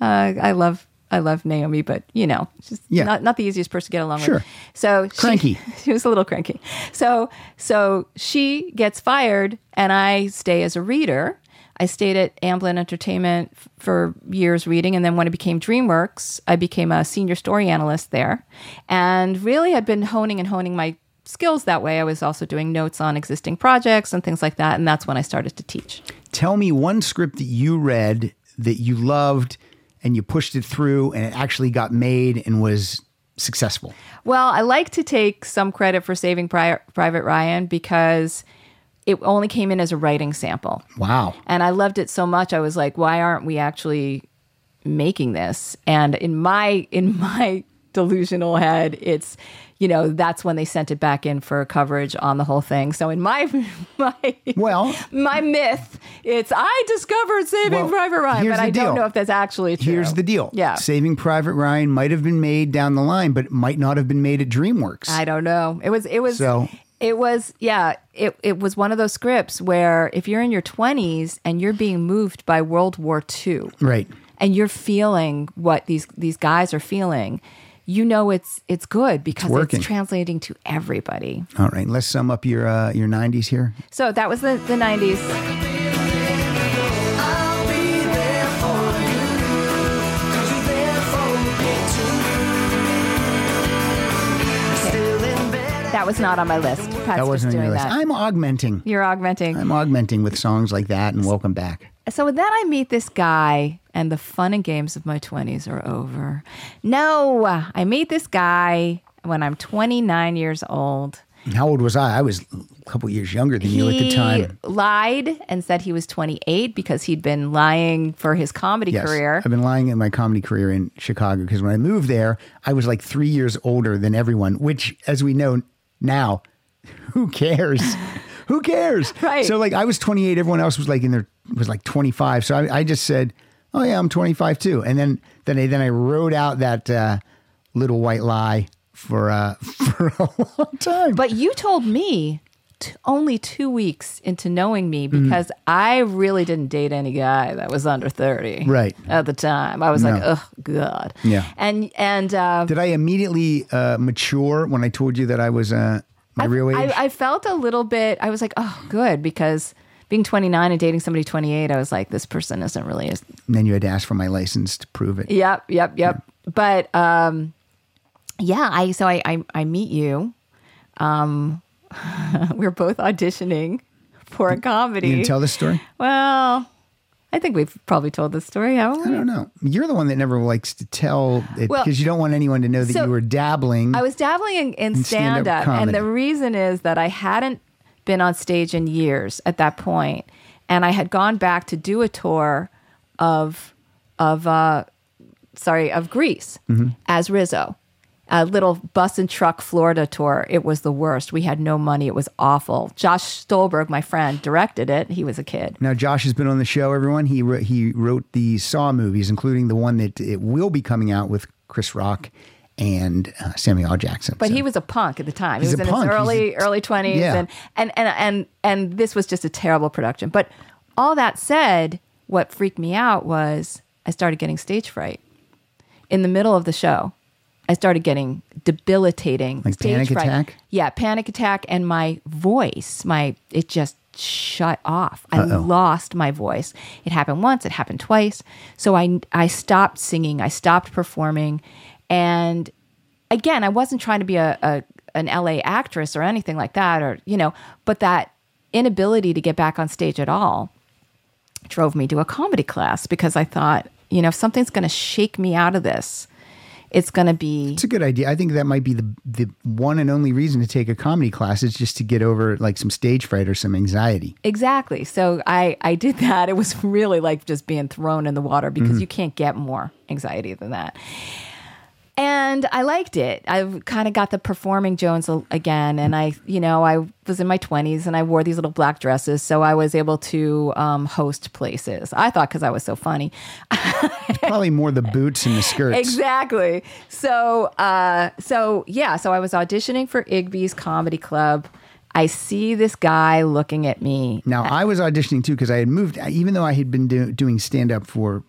Speaker 3: uh, I love I love Naomi, but you know, she's
Speaker 2: Yeah.
Speaker 3: not not the easiest person to get along
Speaker 2: Sure.
Speaker 3: with. So she-
Speaker 2: Cranky.
Speaker 3: she was a little cranky. So so she gets fired, and I stay as a reader. I stayed at Amblin Entertainment f- for years reading, and then when it became DreamWorks, I became a senior story analyst there, and really had been honing and honing my skills that way. I was also doing notes on existing projects and things like that, and that's when I started to teach.
Speaker 2: Tell me one script that you read that you loved and you pushed it through and it actually got made and was successful.
Speaker 3: Well, I like to take some credit for saving Pri- Private Ryan because it only came in as a writing sample.
Speaker 2: Wow.
Speaker 3: And I loved it so much. I was like, why aren't we actually making this? And in my in my delusional head, it's you know that's when they sent it back in for coverage on the whole thing. So in my my
Speaker 2: well
Speaker 3: my myth, it's I discovered Saving
Speaker 2: Well,
Speaker 3: Private Ryan,
Speaker 2: here's
Speaker 3: but I
Speaker 2: the
Speaker 3: don't
Speaker 2: deal.
Speaker 3: know if that's actually true.
Speaker 2: Here's the deal.
Speaker 3: Yeah.
Speaker 2: Saving Private Ryan might have been made down the line, but it might not have been made at DreamWorks.
Speaker 3: I don't know. It was it was
Speaker 2: So-
Speaker 3: it was yeah, it it was one of those scripts where if you're in your 20s and you're being moved by World War II
Speaker 2: right.
Speaker 3: and you're feeling what these these guys are feeling, you know it's it's good because it's,
Speaker 2: working.
Speaker 3: translating to everybody.
Speaker 2: All right. Let's sum up your uh, your 90s here.
Speaker 3: So that was the the 90s. That was not on my list. Pat's
Speaker 2: that wasn't
Speaker 3: just
Speaker 2: on
Speaker 3: doing
Speaker 2: your list.
Speaker 3: that.
Speaker 2: I'm augmenting.
Speaker 3: You're augmenting.
Speaker 2: I'm augmenting with songs like that and welcome back.
Speaker 3: So then I meet this guy, and the fun and games of my 20s are over. No, I meet this guy when I'm 29 years old.
Speaker 2: How old was I? I was a couple years younger than you at the time.
Speaker 3: lied and said he was 28 because he'd been lying for his comedy career.
Speaker 2: I've been lying in my comedy career in Chicago because when I moved there, I was like three years older than everyone, which, as we know now, who cares? who cares?
Speaker 3: Right.
Speaker 2: So, like, I was 28. Everyone else was like in their was like 25. So I, I just said, "Oh yeah, I'm 25 too." And then then I then I wrote out that uh, little white lie for uh, for a long time.
Speaker 3: But you told me t- only two weeks into knowing me
Speaker 2: Mm-hmm.
Speaker 3: because I really didn't date any guy that was under 30.
Speaker 2: Right.
Speaker 3: At the time, I was like,
Speaker 2: No.
Speaker 3: oh, God.
Speaker 2: Yeah.
Speaker 3: And, and, uh,
Speaker 2: Did I immediately uh, mature when I told you that I was uh, my real age?
Speaker 3: I, I felt a little bit. I was like, oh, good, because being 29 and dating somebody 28, I was like, this person isn't really. As,
Speaker 2: and then you had to ask for my license to prove it.
Speaker 3: yep, yep, yep. But um, yeah, I so I I, I meet you. um, we were both auditioning for a comedy.
Speaker 2: You didn't tell this story?
Speaker 3: Well, I think we've probably told this story, haven't we?
Speaker 2: I don't know. You're the one that never likes to tell it
Speaker 3: Well,
Speaker 2: because you don't want anyone to know that
Speaker 3: so
Speaker 2: you were dabbling.
Speaker 3: I was dabbling in, in
Speaker 2: In stand-up
Speaker 3: stand up, and
Speaker 2: comedy.
Speaker 3: the reason is that I hadn't been on stage in years at that point, and I had gone back to do a tour of of uh, sorry of Greece
Speaker 2: Mm-hmm.
Speaker 3: as Rizzo, a little bus and truck Florida tour. It was the worst. We had no money. It was awful. Josh Stolberg, my friend, directed it. He was a kid.
Speaker 2: now Josh has been on the show. Everyone, he wrote, he wrote the Saw movies, including the one that it will be coming out with Chris Rock and uh, Samuel L. Jackson.
Speaker 3: But he was a punk at the time.
Speaker 2: He's
Speaker 3: he was
Speaker 2: a
Speaker 3: in
Speaker 2: punk.
Speaker 3: his
Speaker 2: He's
Speaker 3: early
Speaker 2: a-
Speaker 3: early twenties,
Speaker 2: Yeah.
Speaker 3: and, and and and and this was just a terrible production. But all that said, what freaked me out was I started getting stage fright in the middle of the show. I started getting debilitating
Speaker 2: Like
Speaker 3: stage
Speaker 2: panic
Speaker 3: fright.
Speaker 2: attack?
Speaker 3: Yeah, panic attack, and my voice, my it just shut off. I
Speaker 2: Uh-oh.
Speaker 3: lost my voice. It happened once. It happened twice. So I I stopped singing. I stopped performing, and again, I wasn't trying to be a, a an LA actress or anything like that, or you know, but that inability to get back on stage at all drove me to a comedy class because I thought, you know, if something's going to shake me out of this, it's going to be
Speaker 2: It's a good idea. I think that might be the the one and only reason to take a comedy class is just to get over like some stage fright or some anxiety.
Speaker 3: exactly. So I I did that. It was really like just being thrown in the water because you can't get more anxiety than that. And I liked it. I've kind of got the performing Jones a- again. And I, you know, I was in my 20s and I wore these little black dresses. So I was able to um, host places. I thought because I was so funny.
Speaker 2: Probably more the boots and the skirts.
Speaker 3: Exactly. So, uh, so yeah. So I was auditioning for Igby's Comedy Club. I see this guy looking at me.
Speaker 2: Now I was auditioning too because I had moved, uh, even though I had been do, doing stand up for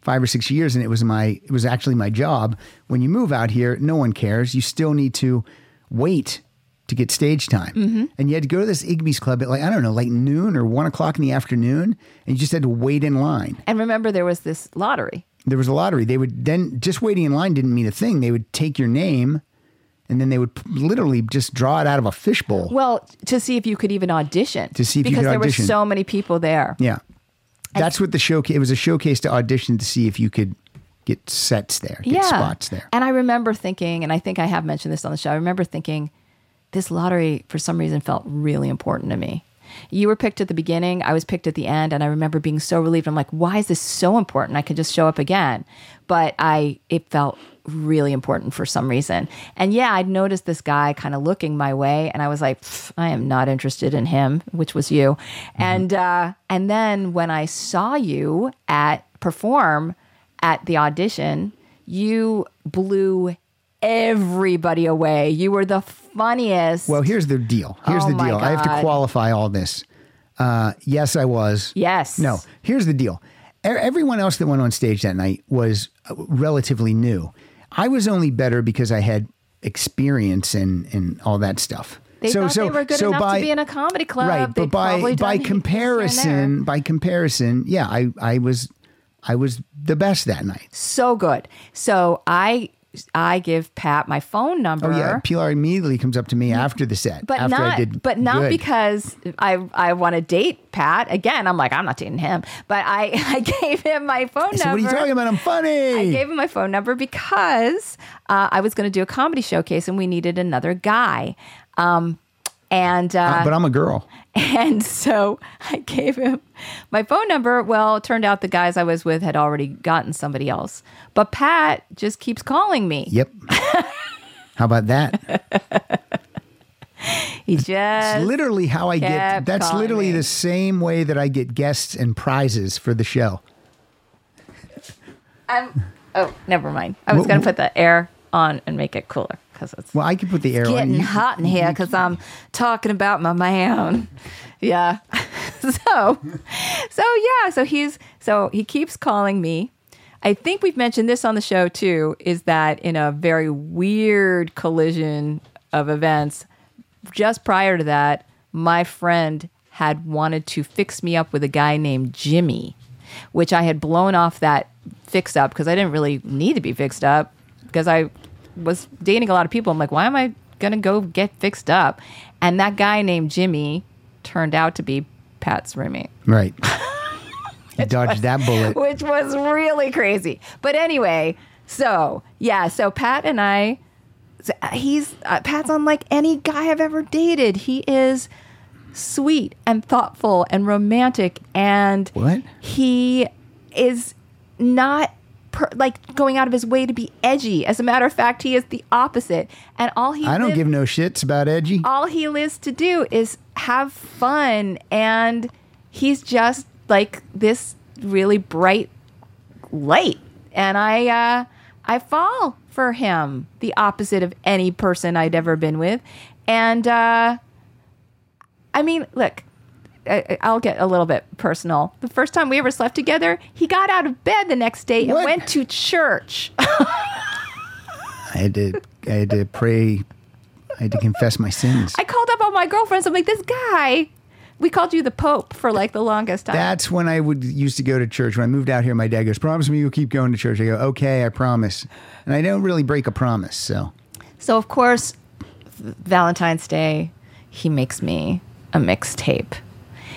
Speaker 2: five or six years, and it was my it was actually my job. When you move out here, no one cares. You still need to wait to get stage time, and you had to go to this Igby's club at like I don't know, like noon or one o'clock in the afternoon, and you just had to wait in line.
Speaker 3: And remember, there was this lottery.
Speaker 2: There was a lottery. They would then just waiting in line didn't mean a thing. They would take your name, and then they would p- literally just draw it out of a fishbowl.
Speaker 3: Well, to see if you could even audition.
Speaker 2: To see if you
Speaker 3: because
Speaker 2: could
Speaker 3: there
Speaker 2: audition.
Speaker 3: were so many people there.
Speaker 2: Yeah. That's what the showcase. It was a showcase to audition to see if you could get sets there, get spots there.
Speaker 3: And I remember thinking, and I think I have mentioned this on the show, I remember thinking this lottery for some reason felt really important to me. You were picked at the beginning, I was picked at the end, and I remember being so relieved. I'm like, why is this so important? I can just show up again. But I it felt really important for some reason. And yeah, I'd noticed this guy kind of looking my way and I was like, "Pff, I am not interested in him, which was you.
Speaker 2: Mm-hmm.
Speaker 3: And uh and then when I saw you at perform at the audition, you blew everybody away. You were the funniest.
Speaker 2: Well, here's the deal. Here's
Speaker 3: Oh
Speaker 2: the
Speaker 3: my
Speaker 2: deal. I have to
Speaker 3: God.
Speaker 2: qualify all this. Uh, yes, I was.
Speaker 3: yes.
Speaker 2: No, here's the deal. E- Everyone else that went on stage that night was uh, relatively new. I was only better because I had experience and and all that stuff.
Speaker 3: They
Speaker 2: so
Speaker 3: thought
Speaker 2: so
Speaker 3: they were good
Speaker 2: so
Speaker 3: enough
Speaker 2: by,
Speaker 3: to be in a comedy club.
Speaker 2: Right, but
Speaker 3: They'd
Speaker 2: by by
Speaker 3: probably done here and there.
Speaker 2: comparison, by comparison, yeah, I I was I was the best that night.
Speaker 3: so good. So I I give Pat my phone number.
Speaker 2: Oh yeah, Pilar immediately comes up to me after the set.
Speaker 3: but
Speaker 2: after
Speaker 3: not
Speaker 2: I did
Speaker 3: but not
Speaker 2: good.
Speaker 3: because I I want to date Pat again. I'm like I'm not dating him, but I I gave him my phone
Speaker 2: I said,
Speaker 3: number.
Speaker 2: "What are you talking about? I'm funny."
Speaker 3: I gave him my phone number because uh, I was going to do a comedy showcase and we needed another guy. Um, and uh,
Speaker 2: Uh, but I'm a girl.
Speaker 3: and so I gave him my phone number. Well, it turned out the guys I was with had already gotten somebody else. But Pat just keeps calling me.
Speaker 2: Yep. how about that?
Speaker 3: He
Speaker 2: It's
Speaker 3: just
Speaker 2: literally how I get.
Speaker 3: kept
Speaker 2: That's
Speaker 3: calling
Speaker 2: literally
Speaker 3: me.
Speaker 2: the same way that I get guests and prizes for the show.
Speaker 3: I'm, oh, never mind. I was
Speaker 2: Wh-
Speaker 3: going
Speaker 2: wh-
Speaker 3: to put the air on and make it cooler because it's
Speaker 2: Well, I can put the air on.
Speaker 3: getting
Speaker 2: You-
Speaker 3: hot in here because I'm talking about my man. Yeah. so, so yeah. So he's so he keeps calling me. I think we've mentioned this on the show too. Is that in a very weird collision of events? Just prior to that, my friend had wanted to fix me up with a guy named Jimmy, which I had blown off that fix up because I didn't really need to be fixed up because I was dating a lot of people. I'm like, why am I gonna go get fixed up. And that guy named Jimmy turned out to be Pat's roommate.
Speaker 2: Right. you dodged that bullet.
Speaker 3: which was really crazy. But anyway, so yeah, so Pat and I, so, uh, he's uh, Pat's unlike any guy I've ever dated. He is sweet and thoughtful and romantic, and
Speaker 2: What?
Speaker 3: he is not. Per, like going out of his way to be edgy. As a matter of fact, he is the opposite. And all he
Speaker 2: I don't
Speaker 3: lives-
Speaker 2: give no shits about edgy.
Speaker 3: all he lives to do is have fun and he's just like this really bright light and i uh i fall for him the opposite of any person i'd ever been with and uh i mean look I- I- I'll get a little bit personal. The first time we ever slept together, he got out of bed the next day and
Speaker 2: What?
Speaker 3: went to church.
Speaker 2: I had to I had to pray. I had to confess my sins.
Speaker 3: I called up all my girlfriends. I'm like, this guy, we called you the Pope for like the longest time.
Speaker 2: That's when I would used to go to church. When I moved out here, my dad goes, "Promise me you'll keep going to church." I go, "Okay, I promise." And I don't really break a promise, so
Speaker 3: So of course, Valentine's Day, he makes me a mixtape.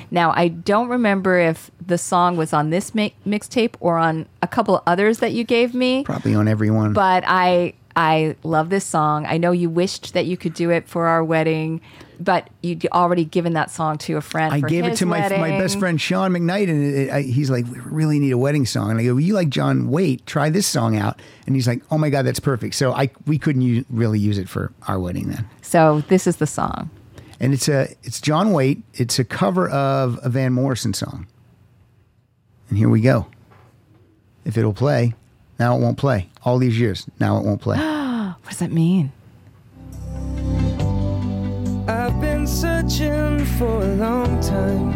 Speaker 3: Now I don't remember if the song was on this mi- mixtape or on a couple of others that you gave me,
Speaker 2: probably on everyone.
Speaker 3: but I I love this song. I know you wished that you could do it for our wedding, but you'd already given that song to a friend.
Speaker 2: I
Speaker 3: for
Speaker 2: gave it
Speaker 3: his
Speaker 2: to my my
Speaker 3: wedding.
Speaker 2: best friend Sean McKnight, and it, it, I, he's like, "We really need a wedding song." And I go, well, "You like John Wait? Try this song out." And he's like, "Oh my god, that's perfect." So I we couldn't u- really use it for our wedding then.
Speaker 3: So this is the song.
Speaker 2: And it's a it's John Wait. It's a cover of a Van Morrison song. And here we go. If it'll play, now it won't play. All these years, now it won't play.
Speaker 3: Oh, What does that mean?
Speaker 12: I've been searching for a long time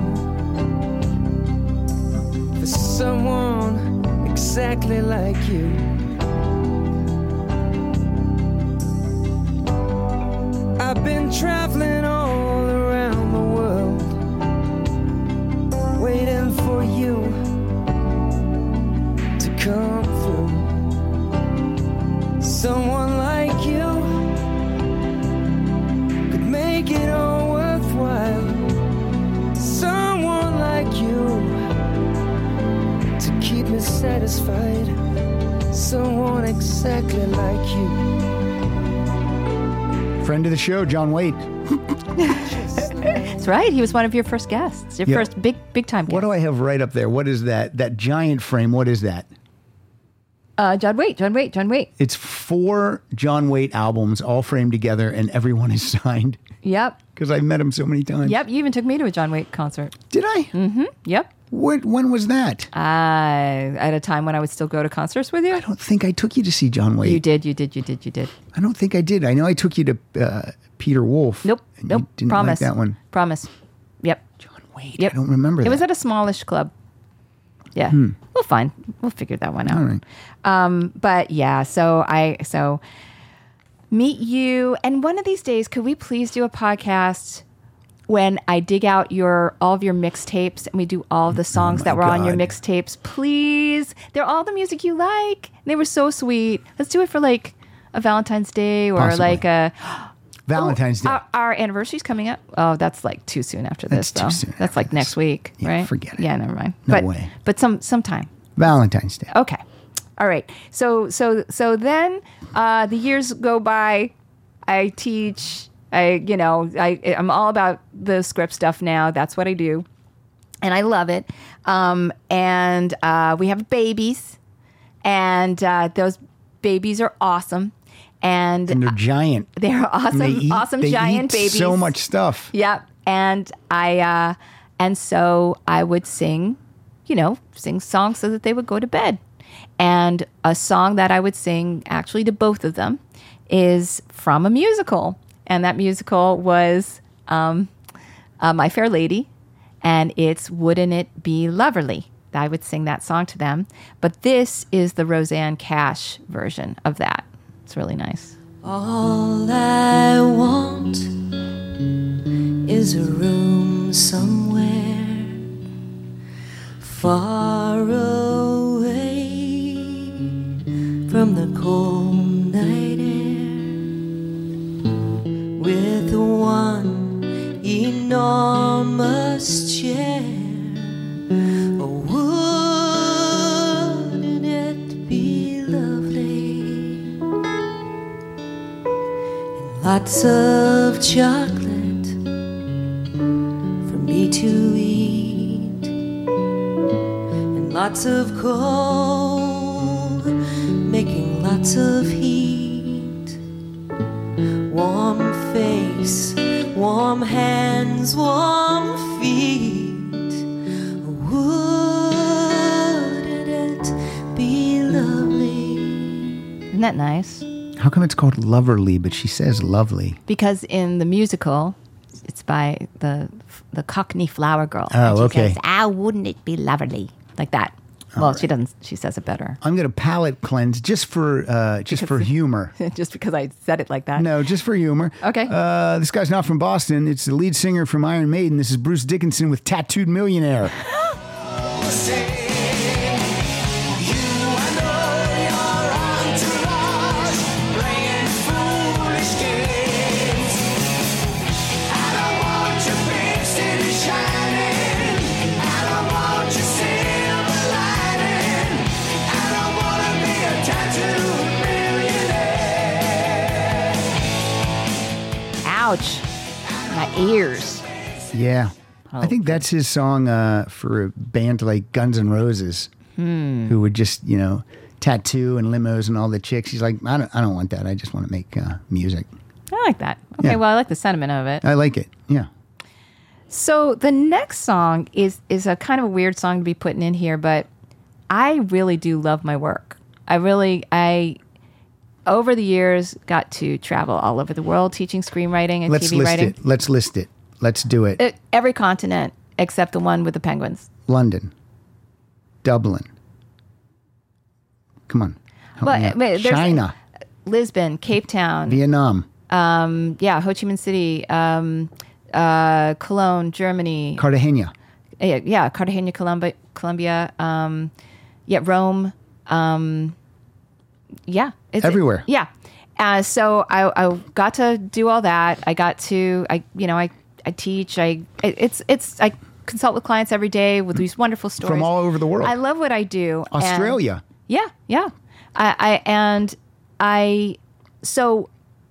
Speaker 12: for someone exactly like you. I've been traveling all around the world waiting for you to come through. Someone like you could make it all worthwhile. Someone like you to keep me satisfied. Someone exactly like you.
Speaker 2: Friend of the show, John Wait.
Speaker 3: That's right. He was one of your first guests. Your
Speaker 2: Yeah.
Speaker 3: first big big time guest.
Speaker 2: What do I have right up there? What is that? That giant frame. What is that?
Speaker 3: Uh, John Wait, John Wait, John Wait.
Speaker 2: It's four John Wait albums all framed together, and everyone is signed
Speaker 3: Yep.
Speaker 2: because I've met him so many times.
Speaker 3: Yep. You even took me to a John Wait concert.
Speaker 2: Did I?
Speaker 3: Mm-hmm. Yep.
Speaker 2: What? When was that?
Speaker 3: Uh, at a time when I would still go to concerts with you. I
Speaker 2: don't think I took you to see John Wait.
Speaker 3: You did. You did. You did. You did.
Speaker 2: I don't think I did. I know I took you to uh, Peter Wolf.
Speaker 3: Nope.
Speaker 2: and
Speaker 3: nope.
Speaker 2: You didn't
Speaker 3: Promise. Oh,
Speaker 2: like that one.
Speaker 3: Promise. Yep. John
Speaker 2: Wait.
Speaker 3: Yep.
Speaker 2: I don't remember
Speaker 3: It
Speaker 2: that.
Speaker 3: was at a smallish club. Yeah.
Speaker 2: Hmm.
Speaker 3: We'll find. We'll figure that one out.
Speaker 2: All right.
Speaker 3: Um, but yeah, so I so meet you and one of these days could we please do a podcast when I dig out your all of your mixtapes and we do all of the songs that were on your
Speaker 2: Oh God.
Speaker 3: mixtapes. Please. They're all the music you like. And they were so sweet. Let's do it for like a Valentine's Day or
Speaker 2: Possibly.
Speaker 3: like a
Speaker 2: Valentine's Day.
Speaker 3: Oh, our, our anniversary's coming up. Oh, that's like too soon after this,
Speaker 2: That's too
Speaker 3: though.
Speaker 2: soon
Speaker 3: that's like next week, right?
Speaker 2: forget it.
Speaker 3: Yeah, never mind.
Speaker 2: No
Speaker 3: but,
Speaker 2: way.
Speaker 3: But some sometime.
Speaker 2: Valentine's Day.
Speaker 3: Okay. All right. So so so then uh, the years go by. I teach. I you know I I'm all about the script stuff now. That's what I do, and I love it. Um, and uh, we have babies, and uh, those babies are awesome. And
Speaker 2: And they're giant.
Speaker 3: they're awesome,
Speaker 2: And they eat-
Speaker 3: awesome
Speaker 2: they
Speaker 3: giant
Speaker 2: eat
Speaker 3: babies.
Speaker 2: So much stuff.
Speaker 3: Yep. And I uh and so I would sing, you know, sing songs so that they would go to bed. And a song that I would sing actually to both of them is from a musical. And that musical was um uh, My Fair Lady and it's Wouldn't It Be Loverly. I would sing that song to them. But this is the Roseanne Cash version of that. It's really nice.
Speaker 5: All I want is a room somewhere far away from the cold night air. office chair. Oh, wouldn't it be lovely? And lots of chocolate for me to eat, and lots of coal making lots of heat. Warm face, warm hands, warm feet. Wouldn't it be lovely?
Speaker 3: Isn't that nice?
Speaker 2: How come it's called Loverly, but she says lovely?
Speaker 3: Because in the musical, it's by the the Cockney Flower Girl.
Speaker 2: Oh,
Speaker 3: and she
Speaker 2: okay.
Speaker 3: Says, ah, wouldn't it be lovely? Like that. well, she doesn't. She says it better.
Speaker 2: I'm going to palate cleanse just for uh, just for humor.
Speaker 3: Just because I said it like that.
Speaker 2: No, just for humor.
Speaker 3: Okay.
Speaker 2: Uh, this guy's not from Boston. It's the lead singer from Iron Maiden. This is Bruce Dickinson with Tattooed Millionaire.
Speaker 3: Ouch! My ears.
Speaker 2: Yeah.
Speaker 3: Oh,
Speaker 2: I think that's his song uh, for a band like Guns N' Roses,
Speaker 3: Hmm.
Speaker 2: who would just, you know, tattoo and limos and all the chicks. He's like, I don't, I don't want that. I just want to make uh, music.
Speaker 3: I like that. Okay.
Speaker 2: Yeah.
Speaker 3: Well, I like the sentiment of it.
Speaker 2: I like it. Yeah.
Speaker 3: So the next song is is a kind of a weird song to be putting in here, but I really do love my work. I really I over the years got to travel all over the world teaching screenwriting and
Speaker 2: Let's
Speaker 3: TV
Speaker 2: list
Speaker 3: writing.
Speaker 2: it. Let's list it. Let's do it.
Speaker 3: Uh, every continent except the one with the penguins.
Speaker 2: London, Dublin. Come on. help
Speaker 3: Well,
Speaker 2: me out.
Speaker 3: wait, there's-
Speaker 2: China,
Speaker 3: Lisbon, Cape Town,
Speaker 2: Vietnam,
Speaker 3: um, yeah, Ho Chi Minh City, um, uh, Cologne, Germany, uh,
Speaker 2: Cartagena.
Speaker 3: yeah, yeah, Cartagena, Colombia, Colombia, um, yeah, Rome, um, yeah, it's
Speaker 2: Everywhere.
Speaker 3: yeah. Uh, so I, I got to do all that. I got to, I, you know, I, I teach. I, it- it's, it's, I consult with clients every day with these wonderful stories
Speaker 2: Mm. all over the world.
Speaker 3: I love what I do. and-
Speaker 2: Australia.
Speaker 3: yeah, yeah. I, I and I so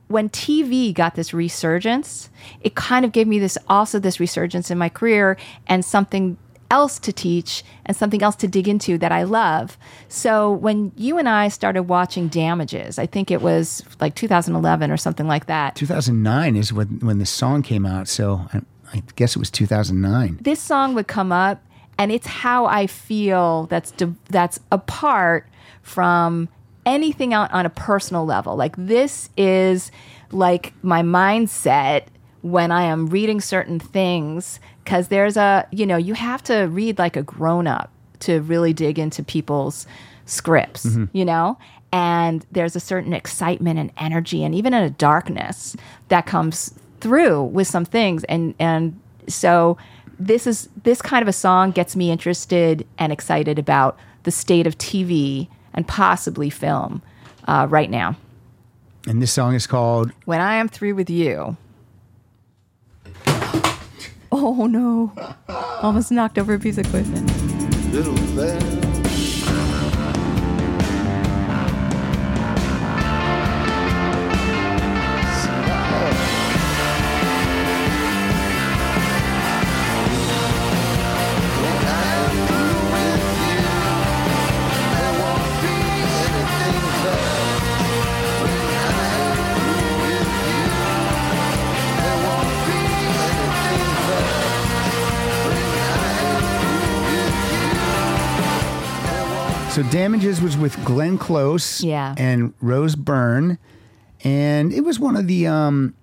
Speaker 3: when TV got this resurgence, it kind of gave me this also this resurgence in my career and something else to teach and something else to dig into that I love. So when you and I started watching Damages, I think it was like 2011 or something like that.
Speaker 2: 2009 is when, when this song came out. So I, I guess it was 2009.
Speaker 3: this song would come up and it's how i feel that's di- that's apart from anything out on a personal level like this is like my mindset when i am reading certain things cuz there's a you know you have to read like a grown up to really dig into people's scripts you know and there's a certain excitement and energy and even in a darkness that comes through with some things and and so this is this kind of a song gets me interested and excited about the state of TV and possibly film uh, right now.
Speaker 2: And this song is called
Speaker 3: When I am through with you. Oh no! Almost knocked over a piece of equipment.
Speaker 11: Little lamb.
Speaker 2: So Damages was with Glenn Close
Speaker 3: Yeah.
Speaker 2: and Rose Byrne. And it was one of the um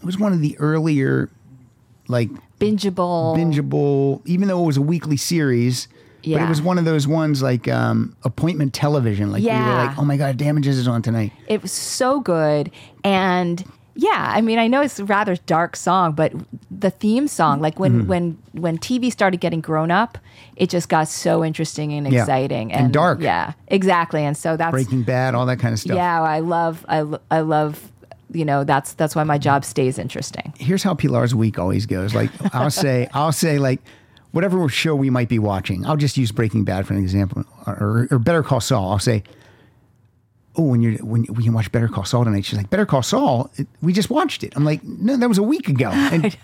Speaker 2: it was one of the earlier like
Speaker 3: Bingeable.
Speaker 2: bingeable even though it was a weekly series. But
Speaker 3: Yeah.
Speaker 2: it was one of those ones like um appointment television. Like we were
Speaker 3: Yeah.
Speaker 2: like, Oh my god, Damages is on tonight.
Speaker 3: It was so good. And yeah, I mean, I know it's a rather dark song, but the theme song, like when
Speaker 2: Mm-hmm.
Speaker 3: when when TV started getting grown up, it just got so interesting and
Speaker 2: Yeah.
Speaker 3: exciting
Speaker 2: And dark.
Speaker 3: Yeah, exactly. And so that's
Speaker 2: Breaking bad, all that kind of stuff.
Speaker 3: yeah, I love I, lo- I love you know
Speaker 2: Mm-hmm.
Speaker 3: that's that's why my job stays interesting.
Speaker 2: here's how Pilar's week always goes. Like I'll say, I'll say like, whatever show we might be watching. I'll just use Breaking Bad for an example, or, or Better Call Saul. I'll say, "Oh, when you're when we can watch Better Call Saul tonight," she's like, "Better Call Saul, it- we just watched it." I'm like, "No, that was a week ago." And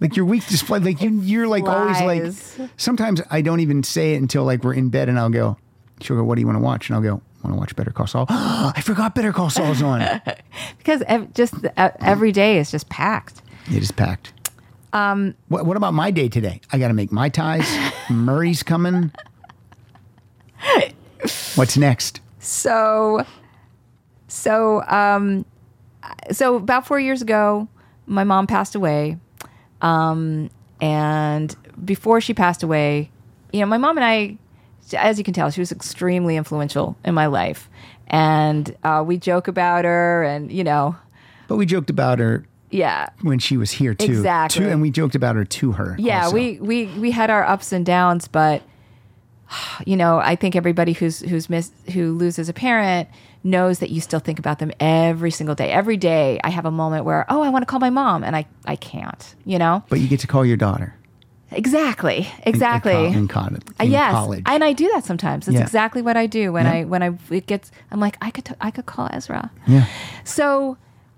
Speaker 2: Like your week just fly, like you, you're like always
Speaker 3: flies.
Speaker 2: like. Sometimes I don't even say it until like we're in bed, and I'll go. She'll go, "What do you want to watch?" And I'll go, "Want to watch Better Call Saul?" I forgot Better Call Saul's on. it
Speaker 3: because ev- just the, ev- every day is just packed.
Speaker 2: is packed.
Speaker 3: Um,
Speaker 2: What, what about my day today? I got to make my ties. Murray's coming. What's next?
Speaker 3: so, so, um, so about four years ago, my mom passed away, um, and before she passed away, you know, my mom and I, as you can tell, she was extremely influential in my life, and uh, we joke about her, and you know,
Speaker 2: But we joked about her
Speaker 3: yeah,
Speaker 2: when she was here too.
Speaker 3: Exactly.
Speaker 2: To- and we joked about her to her.
Speaker 3: yeah
Speaker 2: also.
Speaker 3: we, we we had our ups and downs but you know i think everybody who's who's miss who loses a parent knows that you still think about them every single day every day i have a moment where oh i want to call my mom and i i can't you know
Speaker 2: But you get to call your daughter.
Speaker 3: exactly
Speaker 2: in-
Speaker 3: exactly
Speaker 2: In, co- in, college.
Speaker 3: Uh,
Speaker 2: in
Speaker 3: yes,
Speaker 2: college.
Speaker 3: and I do that sometimes. It's
Speaker 2: Yeah.
Speaker 3: exactly what I do when
Speaker 2: Yeah.
Speaker 3: I when I it gets. I'm like I could t- I could call Ezra.
Speaker 2: Yeah.
Speaker 3: So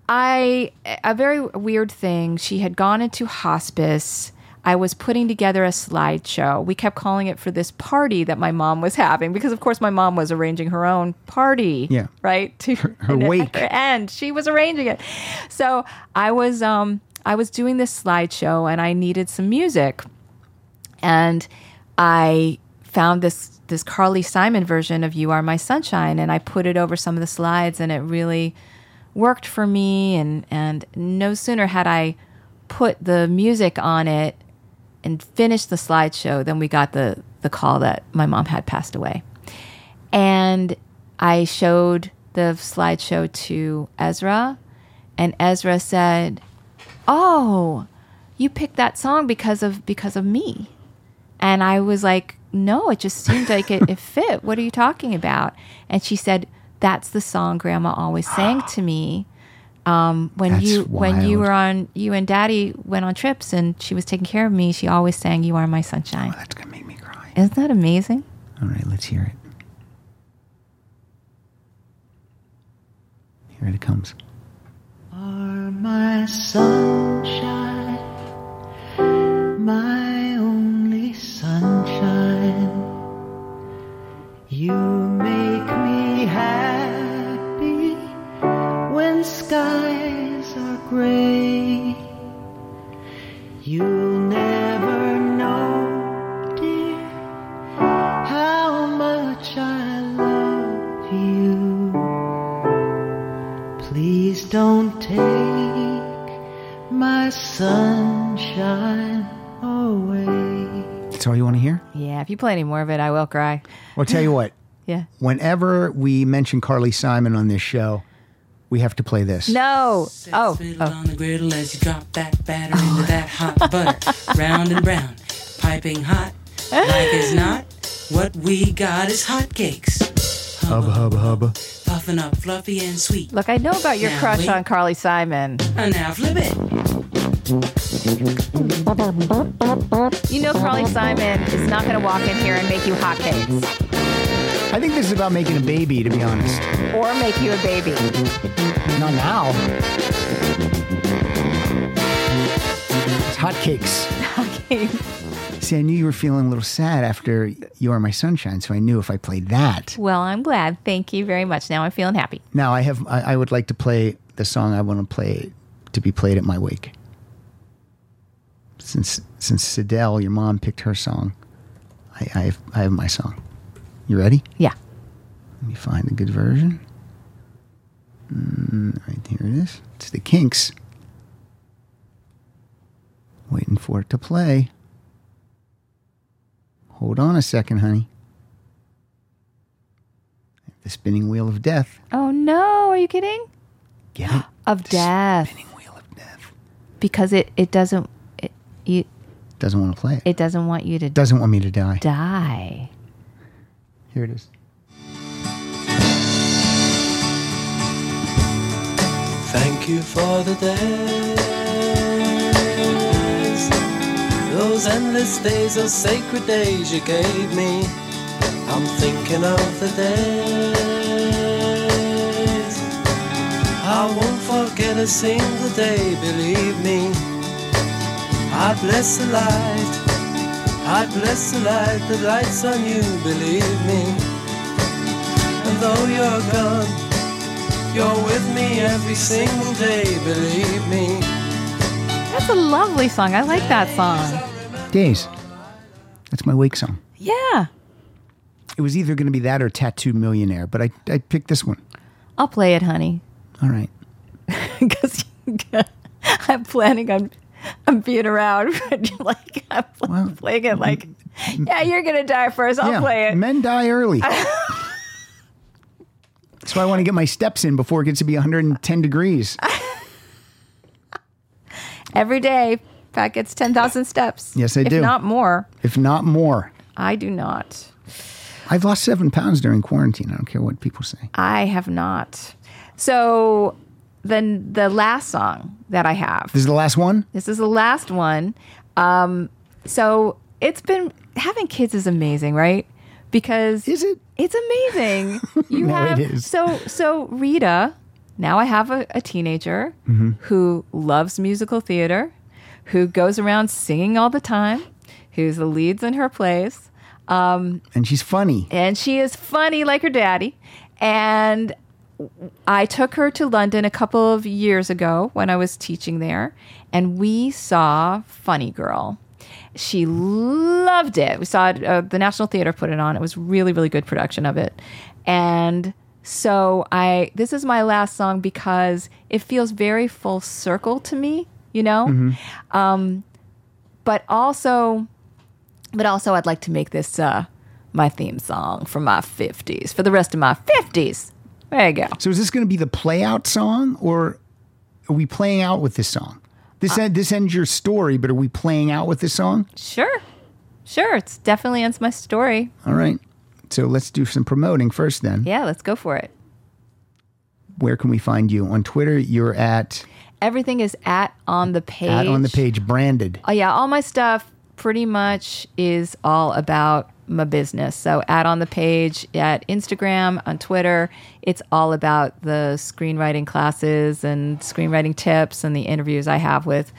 Speaker 3: I a very weird thing. She had gone into hospice. I was putting together a slideshow. We kept calling it for this party that my mom was having because, of course, my mom was arranging her own party.
Speaker 2: Yeah.
Speaker 3: Right. To
Speaker 2: her
Speaker 3: and at
Speaker 2: wake.
Speaker 3: her end, she was arranging it. So I was um I was doing this slideshow and I needed some music and I found this this Carly Simon version of "You Are My Sunshine," and I put it over some of the slides, and it really worked for me. And and no sooner had I put the music on it and finished the slideshow than we got the the call that my mom had passed away, and I showed the slideshow to Ezra, and Ezra said, "Oh." You picked that song because of because of me. And I was like, no, it just seemed like it, it fit. What are you talking about? And she said, that's the song grandma always sang to me. Um, when
Speaker 13: That's
Speaker 3: you when you
Speaker 13: wild.
Speaker 3: were on you and daddy went on trips and she was taking care of me, she always sang You Are My Sunshine.
Speaker 2: that's gonna make me cry.
Speaker 3: Isn't that amazing?
Speaker 2: All right, let's hear it. Here it comes.
Speaker 13: Are my sunshine, my only sunshine. You make me happy when skies are gray. You'll never know, dear, how much I love you. Please don't take my sunshine away.
Speaker 2: That's all you want to hear?
Speaker 3: Yeah, if you play any more of it, I will cry.
Speaker 2: Well, tell you what.
Speaker 3: Yeah.
Speaker 2: Whenever we mention Carly Simon on this show, we have to play this.
Speaker 3: No. Oh.
Speaker 14: on the griddle as you drop that batter into that hot butter, round and round, piping hot. Like as not, what we got is hotcakes,
Speaker 2: Hubba, hubba, hubba.
Speaker 14: puffing up fluffy and sweet.
Speaker 3: Look, I know about your
Speaker 14: Now
Speaker 3: crush
Speaker 14: wait.
Speaker 3: on Carly Simon.
Speaker 14: And now flip it.
Speaker 3: You know Carly Simon is not going to walk in here and make you hotcakes
Speaker 2: I think this is about making a baby, to be honest.
Speaker 3: or make you a baby.
Speaker 2: Not now. It's hotcakes. See, I knew you were feeling a little sad after You Are My Sunshine, so I knew if I played that.
Speaker 3: Well, I'm glad. Thank you very much. Now I'm feeling happy.
Speaker 2: Now I have I, I would like to play the song I want to play to be played at my wake. Since since Sidel, your mom picked her song, I, I have I have my song. You ready?
Speaker 3: Yeah.
Speaker 2: Let me find a good version. Mm, right here it is. It's the Kinks. Waiting for it to play. Hold on a second, honey. The spinning wheel of death.
Speaker 3: Oh no, are you kidding?
Speaker 2: Get it?
Speaker 3: Of death. Spinning
Speaker 2: wheel of death.
Speaker 3: Because it it doesn't it you,
Speaker 2: Doesn't want to play it.
Speaker 3: it doesn't want you to
Speaker 2: Doesn't want me to die.
Speaker 3: die.
Speaker 2: Here it is.
Speaker 15: Thank you for the dance. Those endless days, those sacred days you gave me. I'm thinking of the days. I won't forget a single day, believe me. I bless the light. I bless the light that lights on you, believe me. And though you're gone, you're with me every single day, believe me.
Speaker 3: That's a lovely song. I like that song.
Speaker 2: Days. That's my wake song.
Speaker 3: Yeah.
Speaker 2: It was either going to be that or Tattoo Millionaire, but I, I picked this one.
Speaker 3: I'll play it, honey.
Speaker 2: All right.
Speaker 3: Because I'm planning on I'm being around, but like I'm playing it like, yeah, you're gonna die first. I'll
Speaker 2: yeah,
Speaker 3: play it.
Speaker 2: Men die early. so I want to get my steps in before it gets to be 110 degrees.
Speaker 3: Every day, Pat gets ten thousand steps.
Speaker 2: Yes, I
Speaker 3: if
Speaker 2: do.
Speaker 3: Not more.
Speaker 2: if not more.
Speaker 3: I do not.
Speaker 2: I've lost seven pounds during quarantine. I don't care what people say.
Speaker 3: I have not. So then the last song that I have.
Speaker 2: This is the last one?
Speaker 3: This is the last one. Um, so it's been having kids is amazing, right? Because
Speaker 2: is it?
Speaker 3: It's amazing. You
Speaker 2: No,
Speaker 3: have
Speaker 2: it is.
Speaker 3: so so Rita. Now I have a, a teenager
Speaker 2: Mhm.
Speaker 3: who loves musical theater, who goes around singing all the time, who's the leads in her plays. Um,
Speaker 2: And she's funny.
Speaker 3: and she is funny like her daddy. And I took her to London a couple of years ago when I was teaching there, and we saw Funny Girl. She loved it. We saw it, uh, the National Theater put it on. It was really, really good production of it. And so I, this is my last song because it feels very full circle to me, you know?
Speaker 16: Mhm.
Speaker 3: Um, but also, but also, I'd like to make this uh, my theme song for my 50s, for the rest of my 50s. There you go.
Speaker 2: So is this going to be the play out song or are we playing out with this song?
Speaker 3: Uh,
Speaker 2: This, end, this ends your story, but are we playing out with this song?
Speaker 3: Sure. Sure. It's definitely ends my story.
Speaker 2: All right. So let's do some promoting first then.
Speaker 3: Yeah, let's go for it.
Speaker 2: Where can we find you? On Twitter, you're at,
Speaker 3: Everything is at on the page.
Speaker 2: at on the page branded.
Speaker 3: Oh, yeah. All my stuff pretty much is all about my business. So, at on the page, at Instagram, on Twitter, it's all about the screenwriting classes and screenwriting tips and the interviews I have with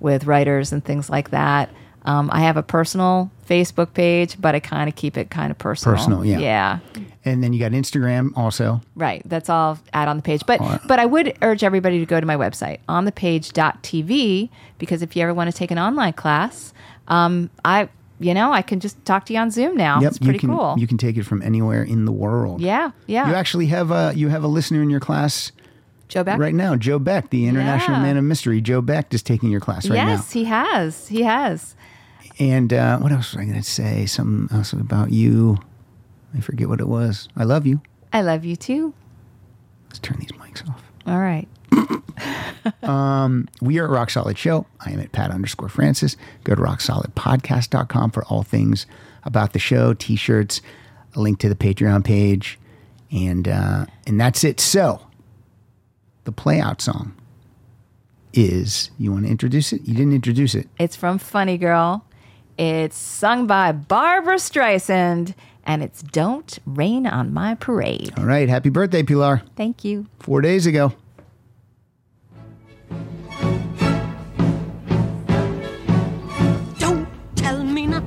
Speaker 3: with writers and things like that. Um, I have a personal Facebook page, but I kind of keep it kind of personal.
Speaker 2: Personal, yeah.
Speaker 3: Yeah.
Speaker 2: And then you got Instagram also.
Speaker 3: Right. That's all add on the page. But but I would urge everybody to go to my website on the page.tv because if you ever want to take an online class, um, I you know, I can just talk to you on Zoom now. it's pretty
Speaker 2: you can,
Speaker 3: cool.
Speaker 2: You can take it from anywhere in the world.
Speaker 3: yeah, yeah.
Speaker 2: You actually have a you have a listener in your class
Speaker 3: Joe Beck.
Speaker 2: right now, Joe Beck, the international
Speaker 3: Yeah.
Speaker 2: man of mystery. Joe Beck is taking your class right
Speaker 3: yes, he has. He has.
Speaker 2: now. And uh, what else was I going to say? Something else about you? I forget what it was. I love you.
Speaker 3: I love you too.
Speaker 2: Let's turn these mics off.
Speaker 3: All right.
Speaker 2: um, we are at Rock Solid Show. I am at Pat underscore Francis. Go to rocksolidpodcast.com for all things about the show, t shirts, a link to the Patreon page, and uh, and that's it. So the playout song is you want to introduce it? You didn't introduce it.
Speaker 3: It's from Funny Girl. It's sung by Barbara Streisand and it's Don't Rain on My Parade.
Speaker 2: All right. Happy birthday, Pilar.
Speaker 3: Thank you.
Speaker 2: Four days ago.
Speaker 16: Don't tell me not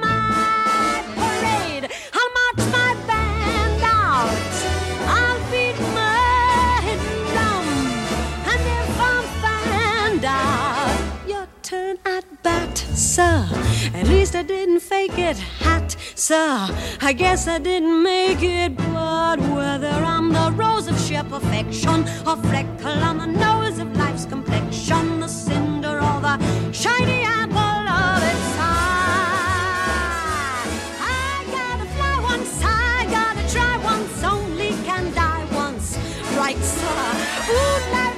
Speaker 16: my parade? I'll march my band out. I'll beat my drum. And if I'm found out, your turn at bat, sir. At least I didn't fake it, hat, sir. I guess I didn't make it, but whether I'm the rose of sheer perfection, or freckle on the nose of life's complexion, the cinder or the shiny apple of its eye, I gotta fly once, I gotta try once, only can die once, right, sir? Ooh, la